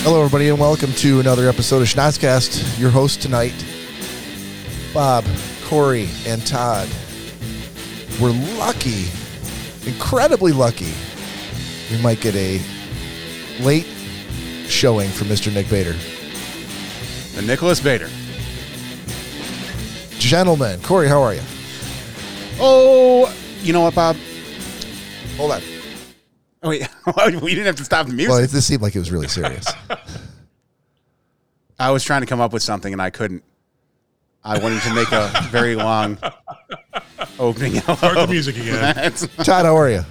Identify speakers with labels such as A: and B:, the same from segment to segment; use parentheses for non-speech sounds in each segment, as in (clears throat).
A: Hello, everybody, and welcome to another episode of Schnozcast. Your host tonight, Bob, Corey, and Todd. We're lucky, incredibly lucky. We might get a late showing from Mr. Nick Bader.
B: The Nicholas Bader.
A: Gentlemen, Corey, how are you?
B: Oh, you know what, Bob?
A: Hold on.
B: Oh, (laughs) wait, we didn't have to stop the music.
A: Well, it, this seemed like it was really serious.
B: I was trying to come up with something and I couldn't. I wanted to make a very long opening.
C: Start the music
B: (laughs)
C: again.
B: That's-
A: Todd, how are you?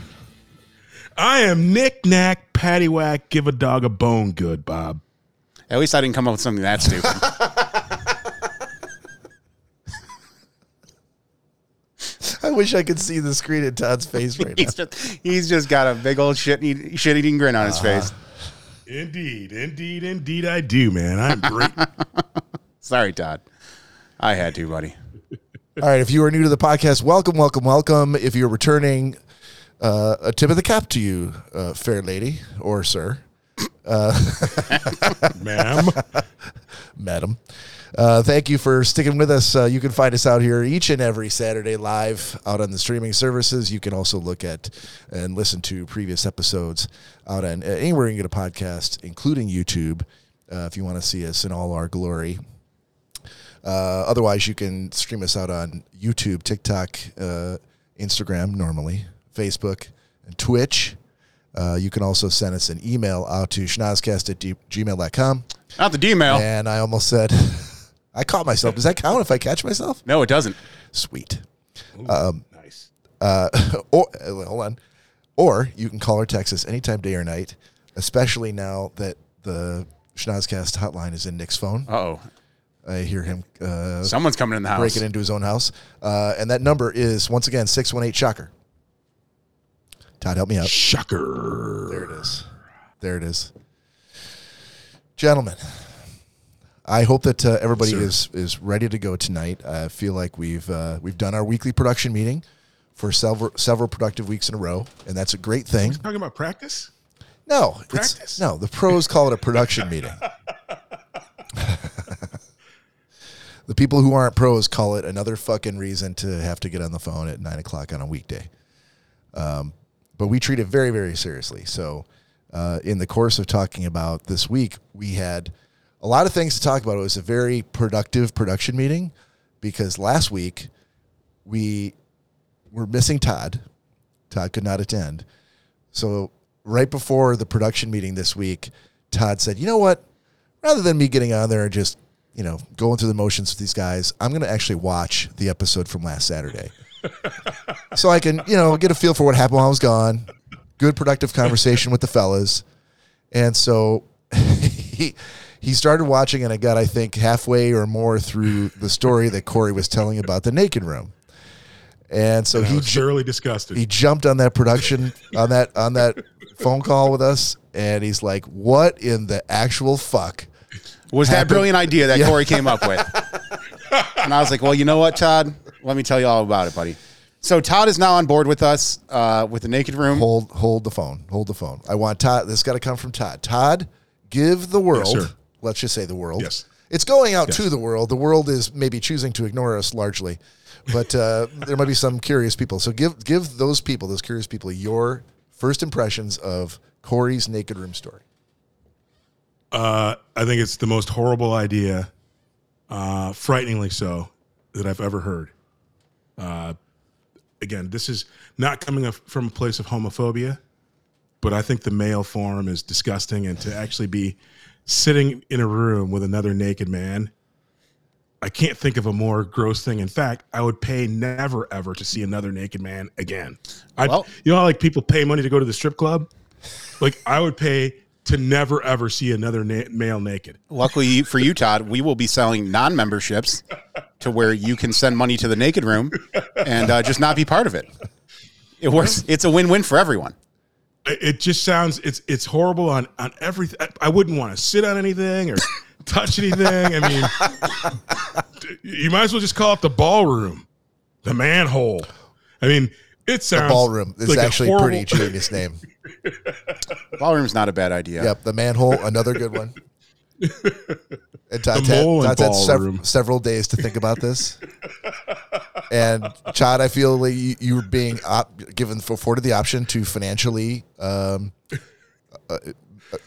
C: I am knick knack, paddywhack, give a dog a bone good, Bob.
B: At least I didn't come up with something that stupid.
A: (laughs) I wish I could see the screen in Todd's face (laughs) right now.
B: he's just he's just got a big old shit eat- shit eating grin on his face.
C: Indeed, indeed, indeed, I do, man. I'm
A: (laughs)
C: great.
B: Sorry, Todd. I had to, buddy.
A: All right. If you are new to the podcast, welcome, welcome, welcome. If you're returning, uh, a tip of the cap to you, uh, fair lady or sir,
C: ma'am.
A: madam. Uh, thank you for sticking with us. Uh, you can find us out here each and every Saturday live out on the streaming services. You can also look at and listen to previous episodes out on uh, anywhere you can get a podcast, including YouTube, uh, if you want to see us in all our glory. Uh, otherwise, you can stream us out on YouTube, TikTok, uh, Instagram, normally, Facebook, and Twitch. Uh, you can also send us an email out to schnozcast at d- gmail.com.
B: Not the D-mail.
A: And I almost said, (laughs) I caught myself. Does that count if I catch myself?
B: No, it doesn't.
A: Sweet. (laughs)
C: nice.
A: Or uh, hold on. Or you can call or text us anytime, day or night, especially now that the Schnozcast hotline is in Nick's phone.
B: Uh-oh.
A: I hear him uh,
B: Someone's coming in the house.
A: breaking into his own house. Uh, and that number is, once again, 618 Shocker. Todd, help me out.
C: Shucker.
A: There it is. There it is. Gentlemen, I hope that uh, everybody is is ready to go tonight. I feel like we've uh, we've done our weekly production meeting for several several productive weeks in a row, and that's a great thing.
C: Talking about practice?
A: No, it's-
C: Practice?
A: no, the pros call it a production meeting. the people who aren't pros call it another fucking reason to have to get on the phone at nine o'clock on a weekday. Um, but we treat it very, very seriously. So, uh, in the course of talking about this week, we had a lot of things to talk about. It was a very productive production meeting because last week we were missing Todd. Todd could not attend. So right before the production meeting this week, Todd said, "You know what? Rather than me getting on there and just, you know, going through the motions with these guys, I'm going to actually watch the episode from last
C: (laughs)
A: Saturday, so I can, you know, get a feel for what happened while I was gone. Good productive conversation with the fellas, and so (laughs) he." He started watching, and I got, I think, halfway or more through the story that Corey was telling about the naked room. And so
C: And I
A: he
C: was thoroughly disgusted.
A: he jumped on that production on that on that phone call with us and he's like what in the actual fuck
B: was that brilliant idea that Corey came up with. and I was like, well, you know what, Todd? Let me tell you all about it, buddy. So Todd is now on board with us uh, with the Naked Room.
A: hold hold the phone hold the phone i want todd this got to come from todd todd give the world
C: sir.
A: let's just say the world
C: Yes.
A: it's going out
C: Yes.
A: to the world the world is maybe choosing to ignore us largely but uh, there might be some curious people so give give those people those curious people your first impressions of corey's naked room story
C: Uh, I think it's the most horrible idea, uh, frighteningly so, that I've ever heard. Uh, again, this is not coming af- from a place of homophobia, but I think the male form is disgusting, and to actually be sitting in a room with another naked man. I can't think of a more gross thing. In fact, I would pay never ever to see another naked man again. I,
B: Well-
C: you know, how, like people pay money to go to the strip club. Like I would pay to never ever see another na- male naked.
B: Luckily for you, Todd, we will be selling non-memberships to where you can send money to the Naked Room and uh, just not be part of it. It works. It's a win-win for everyone.
C: I- It just sounds it's it's horrible on on everything. I- I wouldn't want to sit on
A: (laughs)
C: anything or touch anything. I mean, you might as well just call it the ballroom, the manhole. I mean, It sounds
A: Ballroom is
C: like a
A: actually
C: horrible-
A: pretty genius name.
B: Ballroom's not a bad idea.
A: Yep, the manhole, another good
C: (laughs)
A: one. And Todd's
C: The
A: had,
C: mole and
A: Todd's had sev-
C: ballroom.
A: several days to think about this. and Chad, I feel like you, you were being op- given afforded the option to financially um, uh, uh,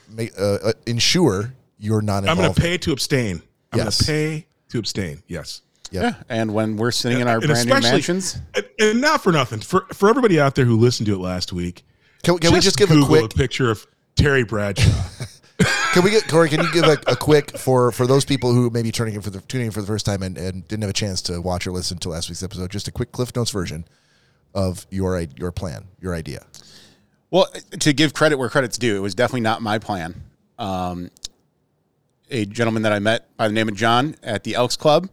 A: make, uh, uh, ensure your
C: I'm
A: non-involvement.
C: going to pay to abstain. I'm
A: Yes.
C: going to pay to abstain. Yes.
B: Yeah. And when we're sitting in our
C: And
B: brand new
C: especially-
B: mansions,
C: And, and not for nothing. For for everybody out there who listened to it last week,
A: Can, can we just give
C: Google
A: a quick?
C: picture of Terry Bradshaw.
A: Can we get Corey? Can you give
C: (laughs)
A: a, a quick for for those people who may be turning in for the tuning in for the first time and, and didn't have a chance to watch or listen to last week's episode? Just a quick Cliff Notes version of your i- your plan, your idea.
B: Well, to give credit where credit's due, it was definitely not my plan. Um, a gentleman that I met by the name of John at the Elks Club,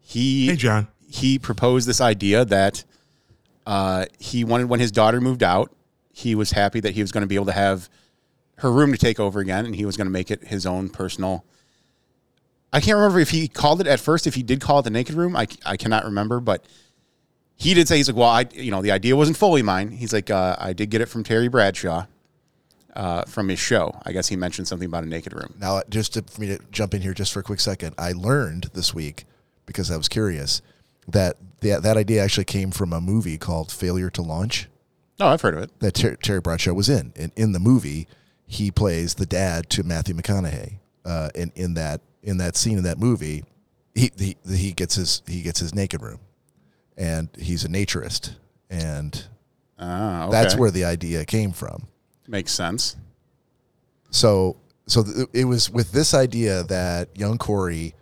B: he
C: hey, John.
B: he proposed this idea that uh, he wanted when his daughter moved out, he was happy that he was going to be able to have her room to take over again, and he was going to make it his own personal. I can't remember if he called it at first. If he did call it the naked room, I, c- I cannot remember. But he did say he's like, well, I you know the idea wasn't fully mine. He's like, uh, I did get it from Terry Bradshaw, uh, from his show. I guess he mentioned something about a naked room.
A: Now, just to, for me to jump in here just for a quick second, I learned this week because I was curious that the, that idea actually came from a movie called Failure to Launch
B: No, Oh, I've heard of it.
A: that Ter- Terry Bradshaw was in. And in the movie, he plays the dad to Matthew McConaughey. Uh, and in that in that scene in that movie, he, he he gets his he gets his naked room, and he's a naturist, and
B: Ah, okay.
A: that's where the idea came from.
B: makes sense.
A: So so th- it was with this idea that young Corey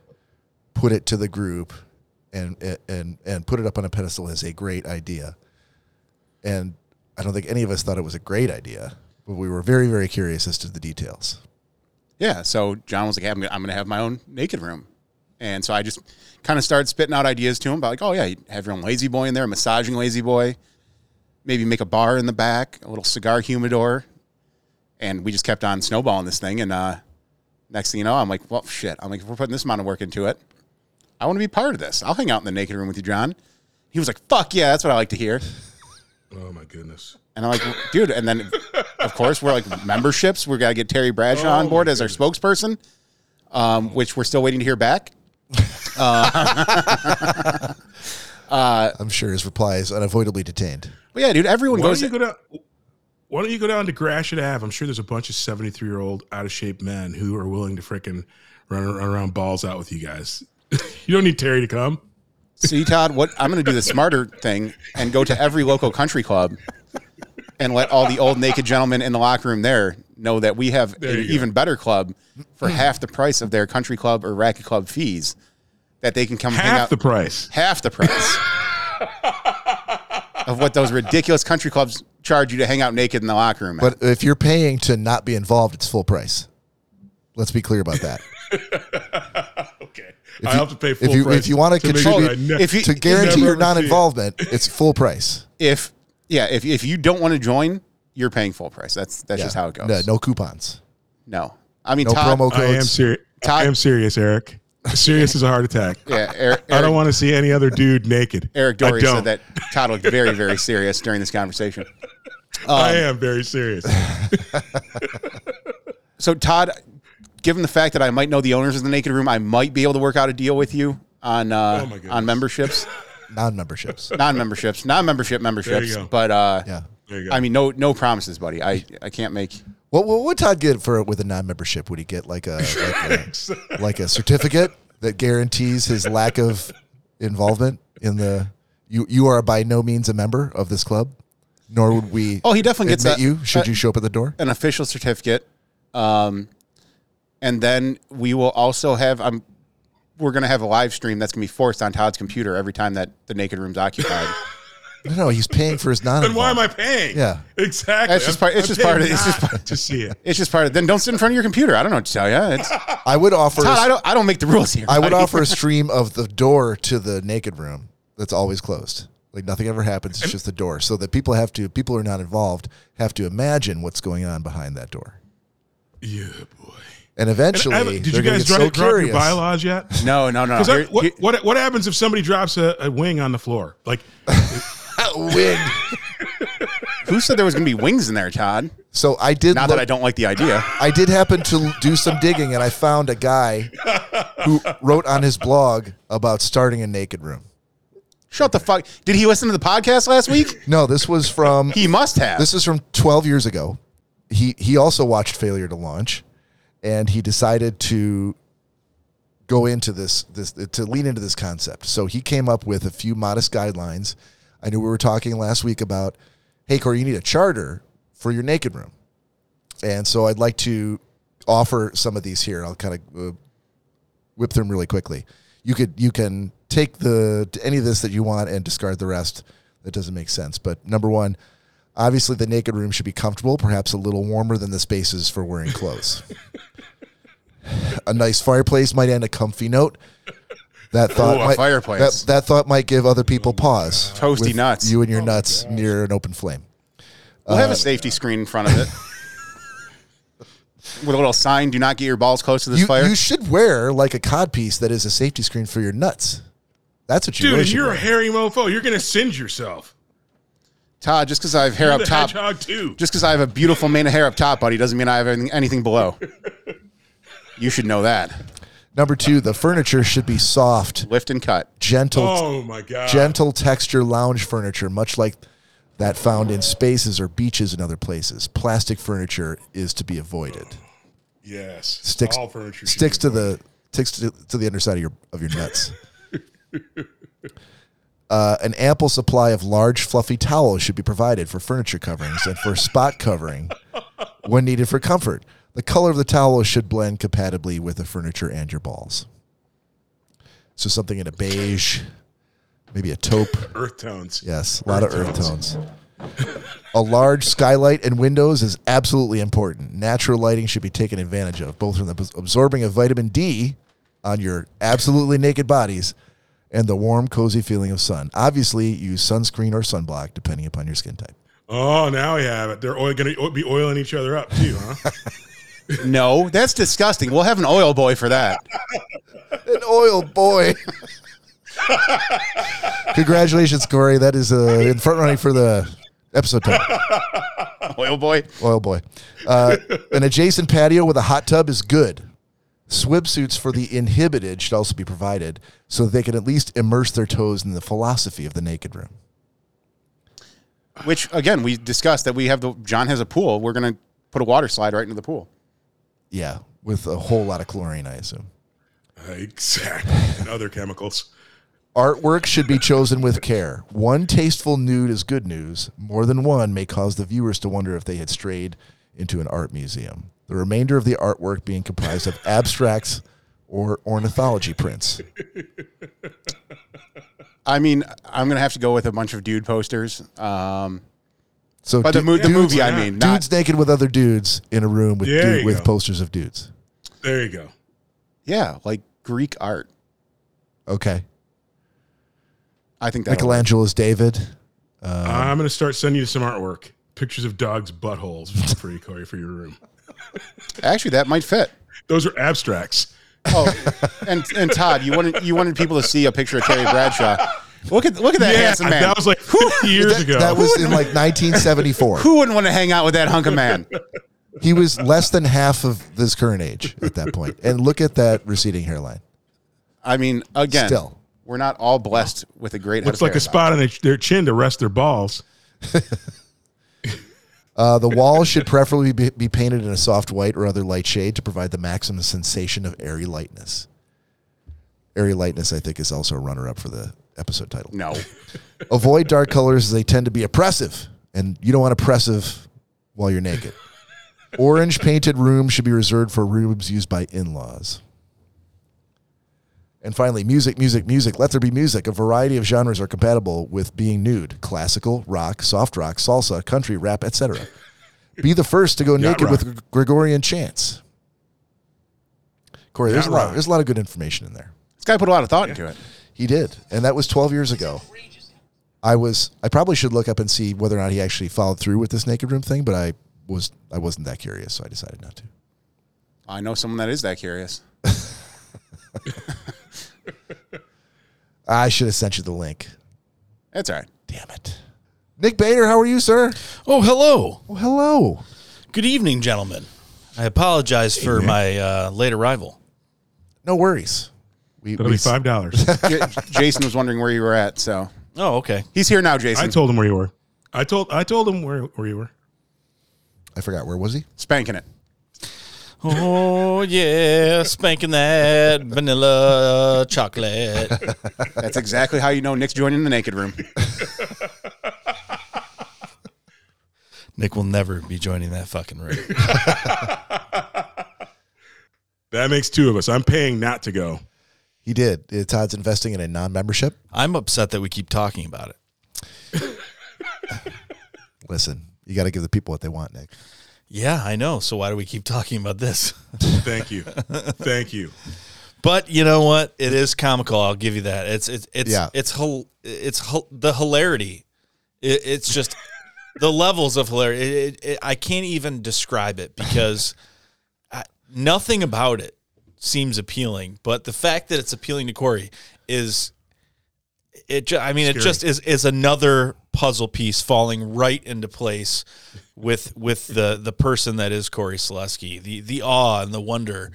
A: put it to the group and and and put it up on a pedestal as a great idea. And I don't think any of us thought it was a great idea, but we were very very curious as to the details.
B: Yeah. So John was like, hey, I'm, gonna, I'm going to have my own naked room. And so I just kind of started spitting out ideas to him about like, oh, yeah, you have your own lazy boy in there, a massaging lazy boy. Maybe make a bar in the back, a little cigar humidor. And we just kept on snowballing this thing. And uh, next thing you know, I'm like, well, shit. I'm like, if we're putting this amount of work into it, I want to be part of this. I'll hang out in the naked room with you, John. He was like, fuck yeah, that's what I like to hear.
C: Oh my goodess.
B: And I'm like, dude. And then, of course, we're like memberships. We're got to get Terry Bradshaw
C: Oh
B: on board as our spokesperson, um, which we're still waiting to hear back.
A: I'm sure his reply is unavoidably detained.
B: But yeah, dude, everyone
C: Why
B: goes.
C: don't you go down? Why don't you go down to Gratiot Ave? I'm sure there's a bunch of 73 year old out of shape men who are willing to freaking run, run around balls out with you guys. (laughs) you don't need Terry to come.
B: See, Todd, what I'm going to do the smarter thing and go to every local country club and let all the old naked gentlemen in the locker room there know that we have
C: There
B: an
C: you go.
B: even better club for half the price of their country club or racket club fees that they can come hang
C: Half
B: out.
C: the price.
B: half the price of what those ridiculous country clubs charge you to hang out naked in the locker room. But
A: But if you're paying to not be involved, it's full price. Let's be clear about
C: (laughs)
A: that.
C: Okay. I have to pay full
A: if you
C: price.
A: if you want to
C: make
A: contribute
C: sure I ne-
B: if you-
A: to guarantee your
C: Never ever see it.
A: non-involvement, it's full price.
B: if yeah, if if you don't want to join, you're paying full price. That's that's just
A: Yeah.
B: how it goes.
A: No,
B: No,
A: no coupons.
B: I mean
A: No
B: Todd,
A: promo
C: I am
A: codes.
C: serious. I
B: Todd-
C: am serious, Eric. Serious as a heart attack.
B: (laughs)
A: (laughs)
B: Yeah, Eric,
C: I don't
B: Eric,
C: want to see any other dude naked.
B: Eric
C: I
B: Dory
C: don't.
B: said that Todd looked very very serious during this conversation.
C: I
B: um,
C: am very serious.
B: (laughs) So Todd, given the fact that I might know the owners of the Naked Room, I might be able to work out a deal with you on
C: Oh
B: uh,
C: my goodness.
B: on memberships,
A: Non-memberships.
B: non-memberships, non-membership memberships.
C: go.
B: But uh,
A: Yeah.
C: There you go.
B: I mean, no no promises, buddy. I I can't make.
A: What, what would Todd get for with a non-membership? Would he get like
C: (laughs)
A: a like a, like a certificate that guarantees his lack of involvement in the? You you are by no means a member of this club, nor would we.
B: Oh, he definitely gets
A: admit
B: that-
A: you should
B: uh,
A: you show up at the door.
B: an official certificate. Um, and then we will also have I'm we're gonna have a live stream that's gonna be forced on Todd's computer every time that the naked
A: (laughs)
B: room's occupied.
A: No, no, he's paying for his non.
C: then why am I paying?
A: Yeah.
C: Exactly.
B: That's just part- it's just part of- it's just
C: part to see it.
B: it's just part of then don't sit in front of your computer. I don't know what to tell you. It's, Todd,
A: I would offer.
B: I don't I don't make the rules here.
C: (laughs)
A: I would
B: buddy.
A: offer a stream of the door to the naked room that's always closed. Like nothing ever happens. It's just the door, so that people have to people who are not involved have to imagine what's going on behind that door.
C: Yeah, boy.
A: And
C: And
A: eventually,
C: I haven't- did
A: they're
C: you
A: gonna
C: guys
A: get
C: drop,
A: so
C: drop your
A: curious. (laughs)
C: bylaws yet?
B: No, no, no.
C: Is that-
B: Here-
C: what,
B: here-
A: (laughs)
C: what what happens if somebody drops a, a wing on the floor? Like
A: wig.
B: Who said there was going to be wings in there, Todd?
A: So I did.
B: Not
A: look-
B: that I don't like the idea.
A: I did happen to do some digging, and I found a guy
C: (laughs)
A: who wrote on his blog about starting a naked room.
B: Shut the fuck. Did he listen to the podcast last week?
A: No, this was
C: (laughs)
A: from
B: He must have.
A: this is from 12 years ago. He he also watched Failure to Launch, and he decided to go into this this to lean into this concept. So he came up with a few modest guidelines. I knew we were talking last week about, hey Corey, you need a charter for your naked room, and so I'd like to offer some of these here. I'll kind of uh, whip through them really quickly. You could you can take the any of this that you want and discard the rest that doesn't make sense. But number one, obviously the naked room should be comfortable, perhaps a little warmer than the spaces for wearing clothes. (laughs) a nice fireplace might end a comfy note. That thought
B: Ooh, a
A: might,
B: fireplace.
A: That, that thought might give other people pause.
B: Toasty
A: with
B: nuts.
A: You and
C: Oh,
A: your nuts near an open flame. uh,
B: we'll have a safety screen in front of it.
A: (laughs)
B: With a little sign, do not get your balls close to this
A: You,
B: fire.
A: you should wear like a codpiece that is a safety screen for your nuts. That's what you
C: Dude,
A: really
C: if
A: should
C: you're
A: wear.
C: a hairy mofo. You're gonna singe yourself.
B: Todd, just because I have hair
C: You're
B: up
C: the
B: top,
C: hedgehog too.
B: just because I have a beautiful mane of hair up top, buddy, doesn't mean I have anything, anything below. you should know that.
A: Number two, the furniture should be soft,
B: Lift and cut.
A: gentle,
C: oh my god.
A: gentle texture lounge furniture, much like that found in spaces or beaches and other places. Plastic furniture is to be avoided.
C: yes.
A: Sticks
C: All furniture should
A: sticks
C: be
A: to the sticks to, to the underside of your of your nuts. (laughs) Uh, an ample supply of large fluffy towels should be provided for furniture coverings and for spot covering when needed for comfort. The color of the towel should blend compatibly with the furniture and your balls. So something in a beige, maybe a taupe.
C: earth tones.
A: Yes, a lot of earth tones. a large skylight and windows is absolutely important. Natural lighting should be taken advantage of, both from the abs- absorbing of vitamin D on your absolutely naked bodies and the warm, cozy feeling of sun. Obviously, use sunscreen or sunblock depending upon your skin type.
C: Oh, now we have it. They're oil, gonna o- be oiling each other up too,
A: (laughs)
C: huh?
B: No, that's disgusting. We'll have an oil boy for that.
A: An oil boy. (laughs) Congratulations, Corey. That is uh, in front running for the episode title.
B: Oil boy.
A: oil Oh, boy. Uh, an adjacent patio with a hot tub is good. Swimsuits for the inhibited should also be provided so that they can at least immerse their toes in the philosophy of the naked room.
B: Which again, we discussed that we have the John has a pool. We're gonna put a water slide right into the pool.
A: Yeah, with a whole lot of chlorine, I assume.
C: exactly. And other chemicals.
A: Artwork should be chosen with care. One tasteful nude is good news. More than one may cause the viewers to wonder if they had strayed into an art museum. The remainder of the artwork being comprised of abstracts or ornithology prints.
B: I mean, I'm gonna have to go with a bunch of dude posters. Um,
A: So
B: but the,
A: do-
B: mo- the
C: dudes,
B: movie, I
C: yeah.
B: mean, not
A: dudes naked with other dudes in a room with
C: There
A: dude,
C: you
A: with
C: go.
A: posters of dudes.
C: There you go.
B: yeah, like Greek art.
A: Okay.
C: Oh.
B: I think that
A: Michelangelo's David. Um,
C: I'm gonna start sending you some artwork. Pictures of dogs' buttholes for you, Corey, for your room.
B: actually that might fit.
C: Those are abstracts.
B: Oh, and and Todd, you wanted you wanted people to see a picture of Terry Bradshaw. Look at look at that
C: Yeah,
B: handsome man.
C: that was like 50 years
A: That,
C: ago.
A: that was in
C: (laughs)
A: like 1974.
B: Who wouldn't want to hang out with that hunk of man?
A: he was less than half of his current age at that point. And look at that receding hairline.
B: I mean, again,
A: Still.
B: we're not all blessed with a great. head
C: Looks
B: of
C: like
B: hair.
C: a spot on their- their chin to rest their balls.
A: Uh, the wall should preferably be, be painted in a soft white or other light shade to provide the maximum sensation of airy lightness. Airy lightness, I think, is also a runner up for the episode title.
B: No,
A: Avoid dark colors as they tend to be oppressive, and you don't want oppressive while you're naked. Orange painted rooms should be reserved for rooms used by in laws. And finally, music, music, music. Let there be music. A variety of genres are compatible with being nude classical, rock, soft rock, salsa, country, rap, etc. Be the first to go
C: Yacht
A: naked
C: rock.
A: with Gregorian chants. Corey, there's a,
C: Yacht
A: lot,
C: rock.
A: there's a lot of good information in there.
B: this guy put a lot of thought into it.
A: He did, and that was 12 years ago. I was I probably should look up and see whether or not he actually followed through with this naked room thing, but I was I wasn't that curious, so I decided not to.
B: I know someone that is that curious.
A: I should have sent you the link.
B: That's all right.
A: Damn it. Nick Bader, how are you, sir?
D: Oh, hello.
A: Well, hello.
D: Good evening, gentlemen. I apologize for my uh, late arrival.
A: No worries. We,
C: That'll
A: we-
C: be five dollars.
B: (laughs) J- Jason was wondering where you were at, so
D: Oh, okay.
B: he's here now.
C: I
B: Jason
C: told him where you were. I told I told him where where you were.
A: I forgot where was he?
B: spanking it.
D: Oh yeah, spanking that vanilla chocolate.
B: That's exactly how you know Nick's joining the naked room.
D: Nick will never be joining that fucking room.
C: That makes two of us. I'm paying not to go.
A: He did. Uh, Todd's investing in a non-membership.
D: I'm upset that we keep talking about it.
A: Listen, you got to give the people what they want, Nick.
D: Yeah, I know. So why do we keep talking about this?
B: (laughs)
C: Thank you, thank you.
D: But you know what? It is comical. I'll give you that. It's it's it's
A: Yeah.
D: it's hil- it's hil- the hilarity. It, it's just (laughs) the levels of hilarity. It, it, it, I can't even describe it because (laughs) I, nothing about it seems appealing. But the fact that it's appealing to Corey is it. Ju- I mean, it
C: Scary.
D: just is is another puzzle piece falling right into place with with the the person that is Corey Selesky. The the awe and the wonder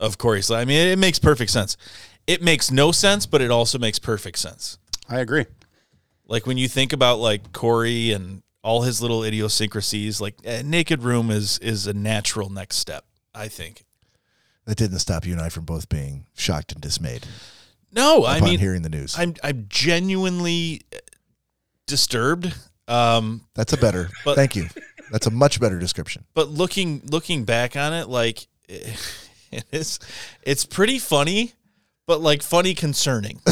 D: of Corey Selesky. I mean, it, it makes perfect sense. It makes no sense, but it also makes perfect sense.
B: I agree.
D: Like when you think about like Corey and all his little idiosyncrasies, like eh, Naked Room is is a natural next step, I think.
A: That didn't stop you and I from both being shocked and dismayed
D: No, I
A: upon
D: mean
A: hearing the news.
D: I'm I'm genuinely disturbed. Um,
A: That's a better.
D: But-
A: thank you. That's a much better description.
D: but looking looking back on it, like (laughs) it is, it's pretty funny, but like funny concerning. (laughs)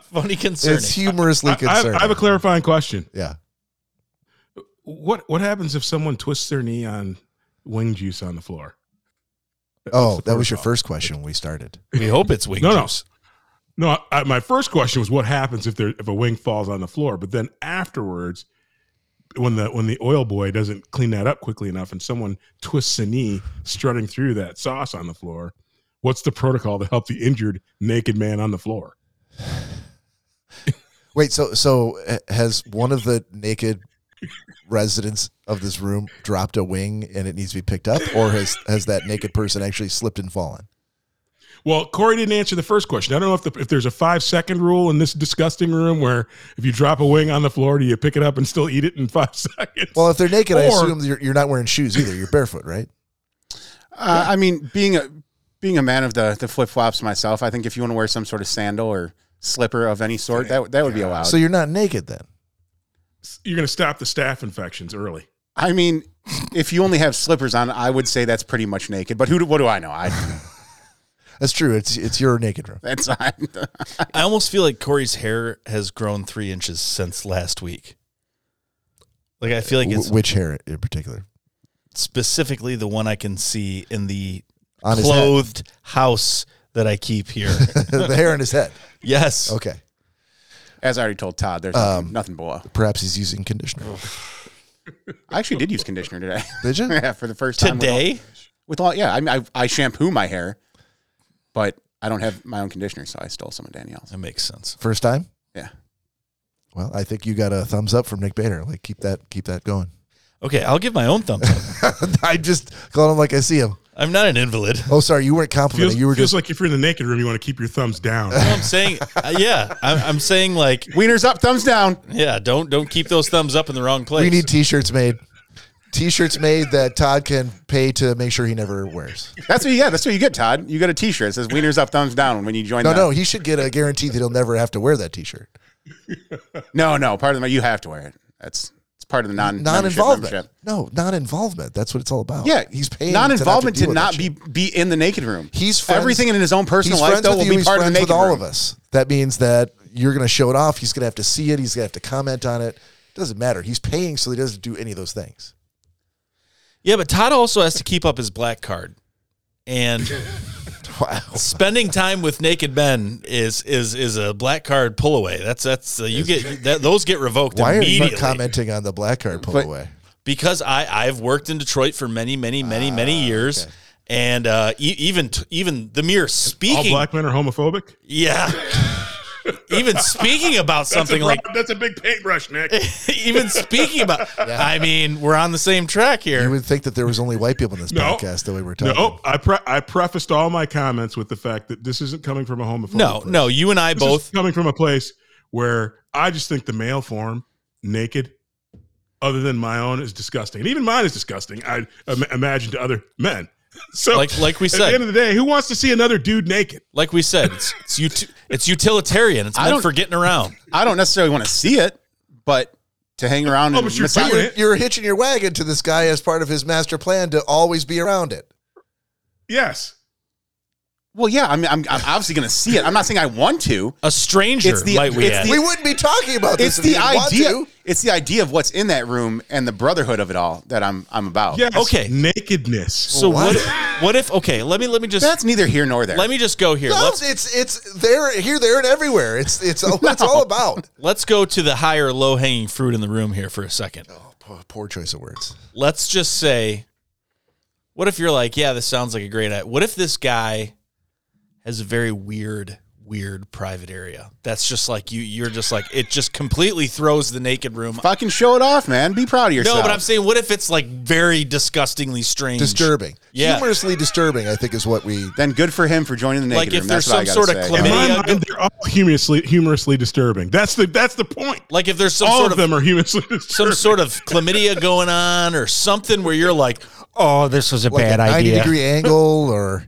D: funny concerning.
A: It's humorously
C: I, have,
A: concerning.
C: I have a clarifying question.
A: yeah.
C: What what happens if someone twists their knee on wing juice on the floor?
A: Oh, that was your
C: protocol.
A: first question when we started.
D: we hope it's wing
C: No, no.
D: juice.
C: No, I, I, my first question was what happens if there if a wing falls on the floor, but then afterwards, when the when the oil boy doesn't clean that up quickly enough, and someone twists a knee strutting through that sauce on the floor, what's the protocol to help the injured naked man on the floor?
A: Wait, so so uh, has one of the naked residents of this room dropped a wing and it needs to be picked up, or has has that naked person actually slipped and fallen?
C: Well, Corey didn't answer the first question. I don't know if the, if there's a five second rule in this disgusting room where if you drop a wing on the floor, do you pick it up and still eat it in five (laughs) seconds?
A: Well, if they're naked, I
C: Or-
A: assume you're, you're not wearing shoes either. You're barefoot, right?
B: Uh, I mean, being a being a man of the the flip flops myself, I think if you want to wear some sort of sandal or slipper of any sort, that that would be allowed.
A: So you're not naked then.
C: You're going to stop the staph infections early.
B: I mean, if you only have slippers on, I would say that's pretty much naked. But who? Do, what do I know? I
A: That's true. It's it's your naked room.
B: that's I,
D: I almost feel like Corey's hair has grown three inches since last week. Like I feel like it's
A: Wh- which hair in particular?
D: specifically the one I can see in the
A: On his head.
D: clothed house that I
A: (laughs)
D: keep here.
A: the hair on his head.
D: yes.
A: Okay.
B: as I already told Todd. There's
A: Um,
B: nothing, nothing below.
A: Perhaps he's using conditioner.
B: I actually did use conditioner today. (laughs)
A: Did you?
B: yeah, for the first time with all-
D: Today,
B: With all, yeah, I mean, I, I shampoo my hair, but I don't have my own conditioner, so I stole some of Danielle's.
D: that makes sense.
A: First time?
B: Yeah.
A: Well, I think you got a thumbs up from Nick Bader. Like keep that keep that going. (laughs)
D: Okay, I'll give my own thumbs up.
A: I just call him like I see him.
D: I'm not an invalid.
A: Oh, sorry, you weren't complimenting.
C: Feels,
A: you were
C: feels
A: just
C: like if you're in the naked room, you want to keep your
A: (laughs)
C: thumbs down.
D: No, I'm saying, uh, yeah, I'm, I'm saying like,
B: Wieners up, thumbs down.
D: yeah, don't don't keep those thumbs up in the wrong place.
A: we need t-shirts made. T-shirts made that Todd can pay to make sure he never wears.
B: That's what, yeah, that's what you get, Todd. You get a T-shirt that says "Wieners up, thumbs down" when you join.
A: No,
B: the-
A: no, he should get a guarantee that he'll never have to wear that T-shirt.
B: no, no. Part of the you have to wear it. That's it's part of the non
A: Non-involvement. No, non-involvement. That's what it's all about.
B: Yeah,
A: he's paying.
B: non-involvement
A: to
B: to
A: not,
B: not
A: to
B: be be in the naked room.
A: He's friends-
B: everything in his own personal
A: He's
B: life
A: friends
B: though
A: with
B: will
A: you.
B: be
A: He's
B: part of the
A: friends
B: naked
A: with all
B: room.
A: of us. That means that you're going to show it off. He's going to have to see it. He's going to have to comment on it. Doesn't matter. He's paying, so he doesn't do any of those
B: (laughs)
A: things.
D: yeah, but Todd also has to keep up his black card, and
A: Wow.
D: spending time with naked men is is is a black card pull away. That's that's uh, you get that, those get revoked
A: Why are you not
D: immediately
A: commenting on the black card pull
B: But-
A: away?
D: because I I've worked in Detroit for many many many
A: Ah,
D: many years. And uh, e- even t- even the mere
C: All
D: speaking,
C: black men are homophobic.
D: yeah, even speaking about something
C: That's a,
D: like
C: broad- that's a big paintbrush,
D: (laughs)
C: Nick.
D: even speaking about I mean, we're on the same track here.
A: You would think that there was only white people in this
C: No.
A: podcast the way we're
C: No,
A: talking.
C: oh, I pre- I prefaced all my comments with the fact that this isn't coming from a homophobic.
D: no,
C: place.
D: no, you and I
C: This is
D: both
C: coming from a place where I just think the male form, naked, other than my own, is disgusting, and even mine is disgusting. I im- imagine to other men. (laughs) So,
D: like like we
C: at the end
D: said,
C: of the day, who wants to see another dude naked?
D: like we said, it's it's, ut- it's utilitarian. It's
B: I
D: meant
B: don't-
D: for getting around.
B: I don't necessarily want to see it, but to hang around
C: Oh,
B: and
C: but you're
B: massage-
C: doing it.
A: You're hitching your wagon to this guy as part of his master plan to always be around it.
C: Yes.
B: Well, yeah, I mean, I'm, I'm obviously going to see it. I'm not saying I want to.
D: A stranger
B: It's the-
D: might we
B: it's
D: add.
B: the-
A: We wouldn't be talking about this.
B: It's
A: if we
B: the
A: didn't want
B: idea.
A: to.
B: It's the idea of what's in that room and the brotherhood of it all that I'm I'm about.
C: Yes.
D: Okay.
C: Nakedness.
D: so what?
A: What?
D: if- what if okay, let me let me just
B: that's neither here nor there.
D: let me just go here.
A: No,
D: Let's
A: it's it's there, here, there, and everywhere. It's it's (laughs) all it's all about.
D: let's go to the higher low hanging fruit in the room here for a second.
A: Oh, poor, poor choice of words.
D: let's just say, what if you're like, yeah, this sounds like a great idea. What if this guy has a very weird, weird private area? That's just like you. You're just like it. Just completely throws the naked room.
B: fucking show it off, man. Be proud of yourself.
D: No, but I'm saying, what if it's like very disgustingly strange?
A: Disturbing,
D: Yeah.
A: humorously disturbing. I think is what we.
B: then good for him for joining the
D: Like,
B: naked
D: if
B: room.
D: there's
B: That's what I
D: some
B: gotta
D: sort of
B: say.
C: in my
D: chlamydia- Yeah, go-
C: mind, they're all humorously humorously disturbing. That's the that's the point.
D: Like if there's some
C: all
D: sort
C: of
D: of,
C: them are humorously
D: some
C: disturbing.
D: sort of chlamydia going on or something where you're like,
E: Oh, this was a
A: Like
E: bad
A: a 90
E: idea.
B: (laughs)
A: degree angle or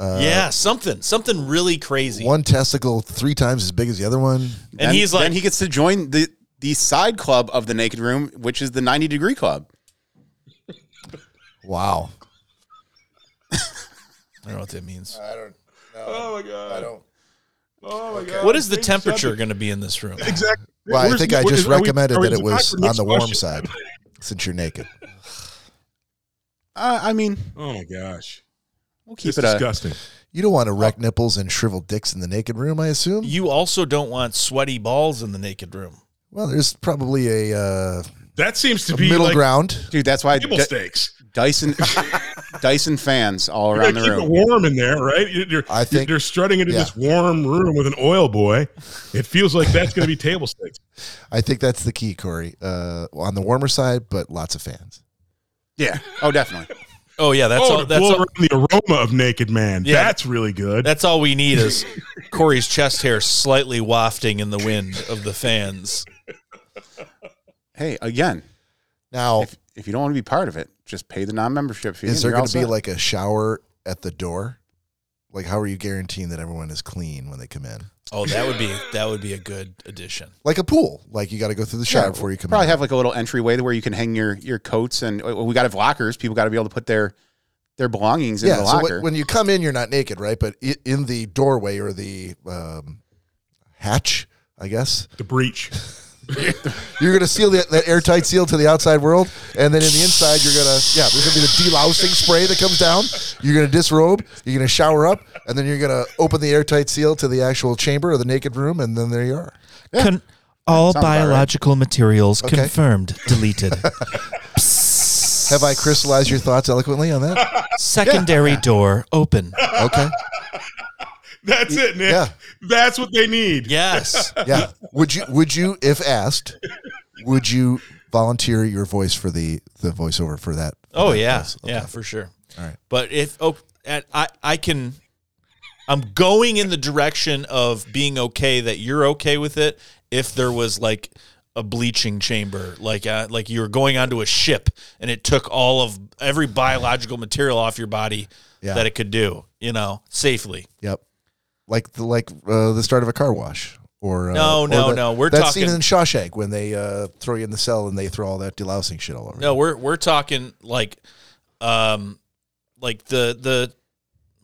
D: yeah, something, something really crazy.
A: one testicle three times as big as the other one.
D: and
B: Then-
D: he's like,
B: then he gets to join the the side club of the naked room, which is the 90 degree club.
A: Wow.
D: I don't know what that means.
C: Uh,
A: I don't
C: (laughs) Oh my god.
A: I don't.
C: Oh my god.
D: What is the
C: Big
D: temperature
C: subject.
D: going to be in this room?
C: Exactly.
A: Well, I
C: Where's-
A: think I
C: what
A: just
C: is- are we-
A: recommended
C: are we
A: that it was
C: back to
A: on the
C: next
A: warm
C: question?
A: side since you're naked.
B: Uh, I mean,
C: Oh my gosh.
B: we'll keep
C: It's
B: it a,
C: disgusting.
A: You don't want to wreck nipples and shrivel dicks in the naked room, I assume.
D: You also don't want sweaty balls in the naked room.
A: well, there's probably a, uh,
C: That seems to
A: a
C: be
A: middle
C: like
A: ground.
B: dude. That's why
C: table
B: D-
C: stakes.
B: Dyson (laughs) Dyson fans all
C: You're
B: around
C: gonna
B: the
C: keep
B: room.
C: it warm in there, right? You're, you're-
A: I think-
C: you're strutting into
A: yeah.
C: this warm room with an oil boy. It feels like that's going to be table stakes.
A: I think that's the key, Corey. Uh, on the warmer side, but lots of fans.
B: Yeah. Oh, definitely.
D: Oh yeah, (laughs) that's
C: oh,
D: all.
C: to
D: That's
C: blow
D: all,
C: around the aroma of naked man.
D: Yeah.
C: That's really good.
D: that's all we need is Corey's chest hair slightly wafting in the wind of the fans.
B: Hey, again,
A: Now,
B: if, if you don't want to be part of it, just pay the non-membership fee.
A: is
B: and
A: there
B: you're
A: going
B: all
A: to be
B: set.
A: like a shower at the door? Like, how are you guaranteeing that everyone is clean when they come in?
D: Oh, that would be that would be a good addition.
A: Like a pool. Like you got to go through the shower
B: Yeah,
A: before you come.
B: Probably
A: in.
B: have like a little entryway where you can hang your your coats and well, we got to have lockers. People got to be able to put their their belongings in the
A: so
B: locker.
A: when, when you come in, you're not naked, right? But i- in the doorway or the um, hatch, I guess
C: the breach. (laughs)
A: you're gonna seal that, that airtight seal to the outside world, and then in the inside, you're gonna yeah, there's gonna be the delousing spray that comes down. You're gonna disrobe, you're gonna shower up, and then you're gonna open the airtight seal to the actual chamber or the naked room, and then there you are.
E: Con- all
B: Sounds about right.
E: biological materials
A: Okay.
E: confirmed,
B: (laughs)
E: deleted.
A: Have I crystallized your thoughts eloquently on that?
E: Secondary door open.
A: Okay,
C: That's it, Nick.
A: yeah.
C: That's what they need.
D: Yes,
A: yeah. Would you would you if asked, would you volunteer your voice for the the voiceover for that?
D: Oh
A: that
D: yeah,
A: voice?
D: yeah, for sure.
A: All right.
D: But if oh, and I I can, I'm going in the direction of being okay that you're okay with it. If there was like a bleaching chamber, like uh, like you were going onto a ship and it took all of every biological material off your body
A: Yeah.
D: that it could do, you know, safely.
A: Yep. Like the like uh, the start of a car wash. Or, uh,
D: No,
A: or
D: no,
A: that-
D: no, we're
A: that
D: talking-
A: scene in Shawshank when they uh, throw you in the cell and they throw all that delousing shit all over.
D: No, we're we're talking like, um, like the the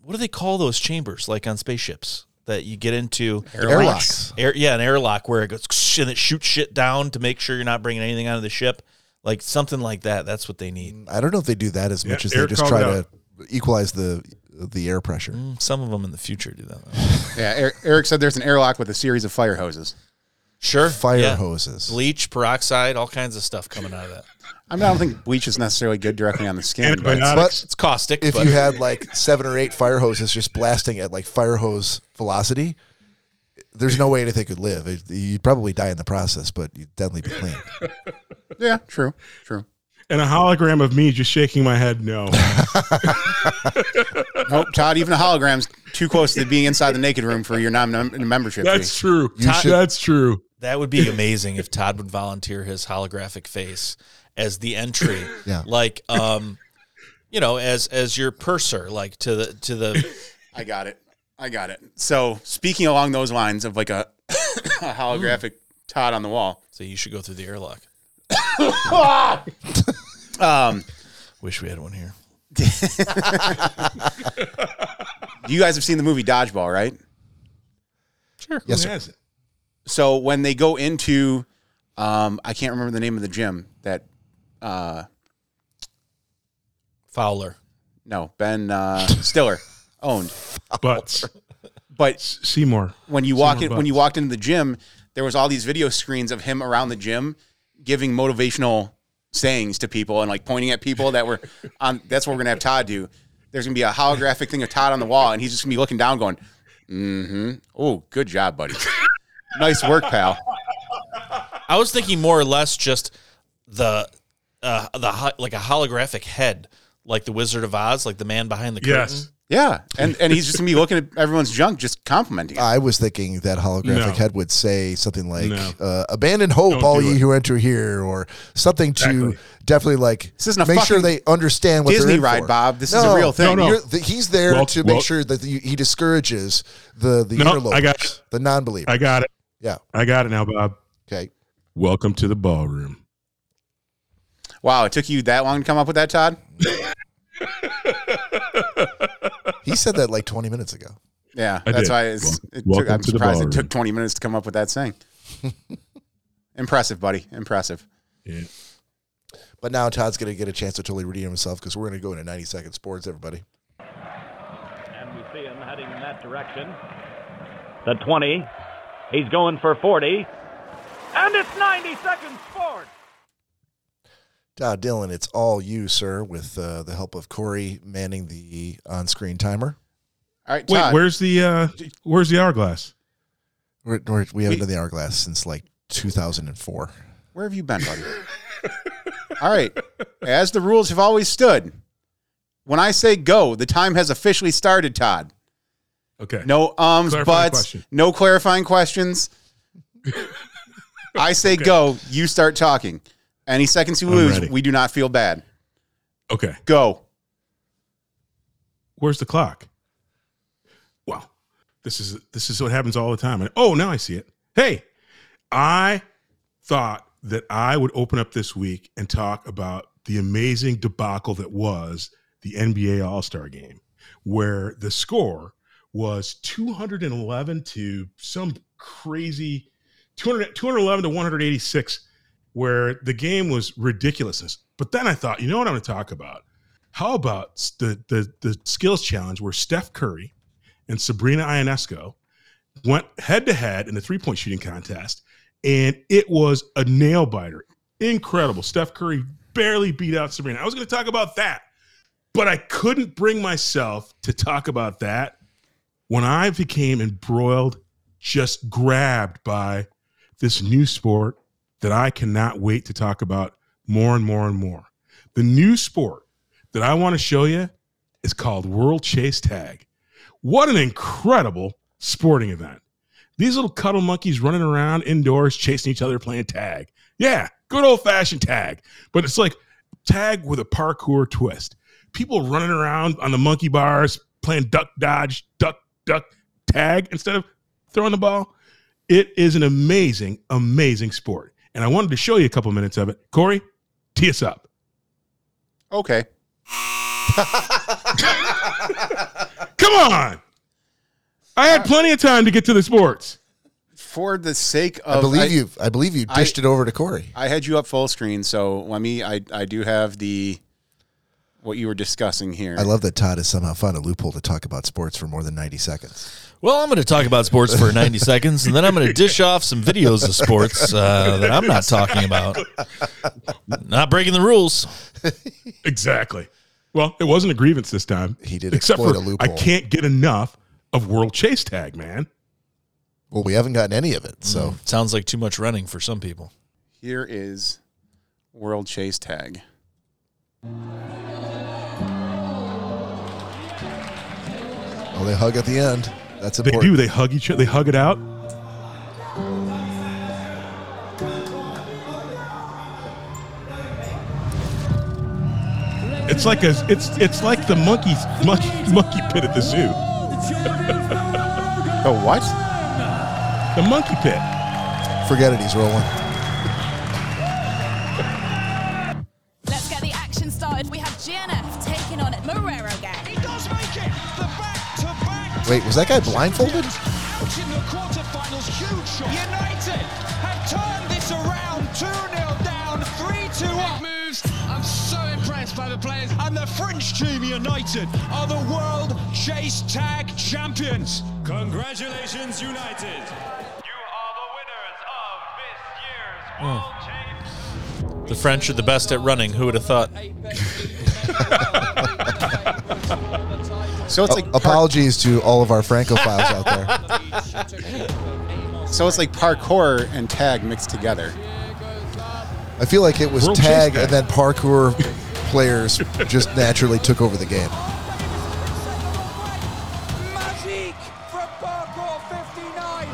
D: what do they call those chambers like on spaceships that you get into?
A: you. airlocks.
D: Air, yeah, an airlock where it goes "Ksh," and it shoots shit down to make sure you're not bringing anything onto the ship, like something like that. That's what they need.
A: I don't know if they do that as
C: Yeah,
A: much as
C: air
A: they just
C: called
A: try
C: out.
A: to equalize the the air pressure.
D: Mm, Some of them in the future do that. though.
B: yeah, Eric, Eric said there's an airlock with a series of fire hoses.
D: Sure,
A: Fire
D: yeah.
A: hoses.
D: bleach, peroxide, all kinds of stuff coming out of that.
B: I mean, I don't think bleach is necessarily good directly
C: (laughs)
B: on the skin, but
C: Antibiotics.
D: It's caustic.
A: If
D: but
A: you had like seven or eight fire hoses just blasting at like fire hose velocity, there's no way that they could live. It- you'd probably die in the process, but you'd definitely be clean.
B: Yeah, true, true.
C: And a hologram of me just shaking my head
A: (laughs)
C: no.
B: Nope, Todd. Even a hologram's too close to being inside the naked room for your non membership.
C: That's
B: fee.
C: true.
A: should-
C: That's true.
D: That would be amazing if Todd would volunteer his holographic face as the entry.
A: Yeah.
D: Like um you know, as as your purser, like to the to the
B: I got it. I got it. So speaking along those lines of like a, (coughs) a holographic Todd on the wall.
D: so you should go through the airlock.
B: Um,
D: Wish we had one here.
B: you guys have seen the movie Dodgeball, right?
C: Sure.
A: Yes,
C: Who
A: sir.
C: hasn't?
B: So when they go into, um, I can't remember the name of the gym that, uh,
D: Fowler.
B: no, Ben uh, Stiller owned.
C: Butts.
B: But
C: Seymour.
B: when you walk
C: Seymour
B: in, when
C: Butts.
B: you walked into the gym, there was all these video screens of him around the gym giving motivational sayings to people and like pointing at people that
A: (laughs)
B: were on. That's what we're gonna have Todd do. There's gonna be a holographic thing of Todd on the wall, and he's just gonna be looking down, going, "Mm-hmm. Oh, good
A: (laughs)
B: job, buddy. nice work, pal."
D: I was thinking more or less just the uh the ho- like a holographic head, like the Wizard of Oz, like the man behind the curtain.
C: Yes.
B: Yeah, and and he's just gonna be looking at everyone's junk, just complimenting. It.
A: I was thinking that holographic
C: No.
A: head would say something like
C: No.
A: uh, "Abandon hope,
C: Don't
A: all
C: do
A: ye
C: it.
A: who enter here," or something to
C: Exactly.
A: definitely like
B: This isn't a
A: make sure
B: fucking
A: they understand what they're
B: Disney
A: in
B: ride,
A: for.
B: Bob. This is a real thing.
C: No, no.
A: You're- the- he's there
C: Well-
A: to make
C: well-
A: sure that you, he discourages the the
C: No,
A: interlopers,
C: I got it.
A: the non-believers.
C: I got it.
A: yeah.
C: I got it now, Bob.
A: Okay.
C: Welcome to the ballroom.
B: Wow, it took you that long to come up with that, Todd?
A: He said that like 20 minutes ago.
B: Yeah,
C: I
B: that's
C: did.
B: why it's,
C: Wel-
B: it took,
C: welcome
B: I'm
C: to the
B: surprised it
C: ballroom.
B: took 20 minutes to come up with that
C: (laughs)
B: saying. Impressive, buddy. Impressive.
C: Yeah.
A: But now Todd's going to get a chance to totally redeem himself because we're going to go into 90 second sports, everybody.
F: And we see him heading in that direction. The 20. He's going for 40. And it's 90 seconds forward.
A: Todd Dillon, it's all you, sir, with uh, the help of Corey manning the on screen timer.
B: All right,
C: Wait,
B: Todd.
C: where's the uh where's the hourglass?
A: We're, we're, we haven't
B: We-
A: done the hourglass since like 2004.
B: where have you been, buddy? All right. As the rules have always stood, when I say go, the time has officially started, Todd.
C: Okay.
B: No ums,
C: Clarifying
B: buts,
C: question.
B: no clarifying questions. I
C: (laughs)
B: say go, you start talking. Any seconds you
C: I'm
B: lose,
C: ready.
B: we do not feel bad.
C: Okay.
B: Go.
C: Where's the clock? Wow. This is this is what happens all the time. And oh, now I see it. Hey, I thought that I would open up this week and talk about the amazing debacle that was the NBA All-Star game, where the score was 211 to some crazy 200, 211 to 186 where the game was ridiculousness. But then I thought, you know what I'm going to talk about? How about the, the the skills challenge where Steph Curry and Sabrina Ionesco went head to head in the three point shooting contest, and it was a nail biter, incredible. Steph Curry barely beat out Sabrina. I was going to talk about that, but I couldn't bring myself to talk about that when I became embroiled, just grabbed by this new sport that I cannot wait to talk about more and more and more. The new sport that I want to show you is called World Chase Tag. What an incredible sporting event. These little cuddle monkeys running around indoors, chasing each other, playing tag. Yeah, good old fashioned tag. But it's like tag with a parkour twist. People running around on the monkey bars, playing duck, dodge, duck, duck, tag instead of throwing the ball. It is an amazing, amazing sport. And I wanted to show you a couple minutes of it. Corey, tee us up.
B: Okay.
C: Come on. I had plenty of time to get to the sports.
B: For the sake of
A: I believe
B: Oh, I-
A: you. I believe you
B: I-
A: dished it over to Corey.
B: I had you up full screen, so let me. I I do have the what you were discussing here.
A: I love that Todd has somehow found a loophole to talk about sports for more than 90 seconds.
E: Well, I'm going to talk about sports for 90 seconds, and then I'm going to dish off some videos of sports uh, that I'm not talking about. Not breaking the rules.
C: Exactly. Well, it wasn't a grievance this time.
A: He did exploit a loophole.
C: I can't get enough of World Chase Tag, man.
A: Well, we haven't gotten any of it. So
E: Sounds like too much running for some people.
B: Here is World Chase Tag. Mm.
A: well, they hug at the end. That's
C: They
A: important.
C: do. They hug each. They hug it out. It's like a. It's it's like the monkey monkey monkey pit at the zoo.
B: The what?
C: The monkey pit.
A: Forget it. He's rolling.
G: Let's get the action started. We have GNF taking on Marrero Gang.
H: does make it. The back-to-back.
A: Wait, was that guy blindfolded?
H: Out in the quarterfinals, huge shot. United have turned this around. 2-0 down, 3-2 up. Moves. I'm so impressed by the players. And the French team United are the world chase tag champions.
I: Congratulations, United. You are the winners of this year's
H: Oh.
I: World Champions.
E: The French are the best at running. Who would have thought?
B: So it's like par-
A: Apologies to all of our Francophiles out there.
B: so it's like parkour and tag mixed together.
A: I feel like it was
C: World
A: tag
C: Chase
A: and then parkour players just naturally took over the
B: (laughs)
A: game.
H: Magic from Parkour 59.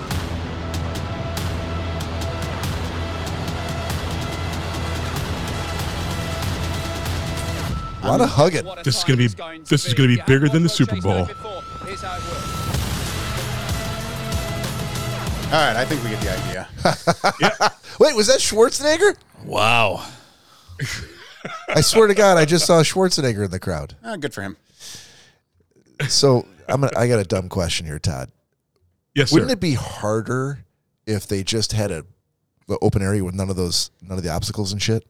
A: A lot of hugging.
C: This is gonna be- this is gonna be bigger than the Super Bowl.
B: All right, I think we get the idea.
A: Wait, was that Schwarzenegger?
E: Wow.
A: I swear to God, I just saw Schwarzenegger in the crowd.
B: Ah, good for him.
A: So I'm gonna, I got a dumb question here, Todd.
C: Yes,
A: Wouldn't
C: sir.
A: it be harder if they just had a the open area with none of those none of the obstacles and shit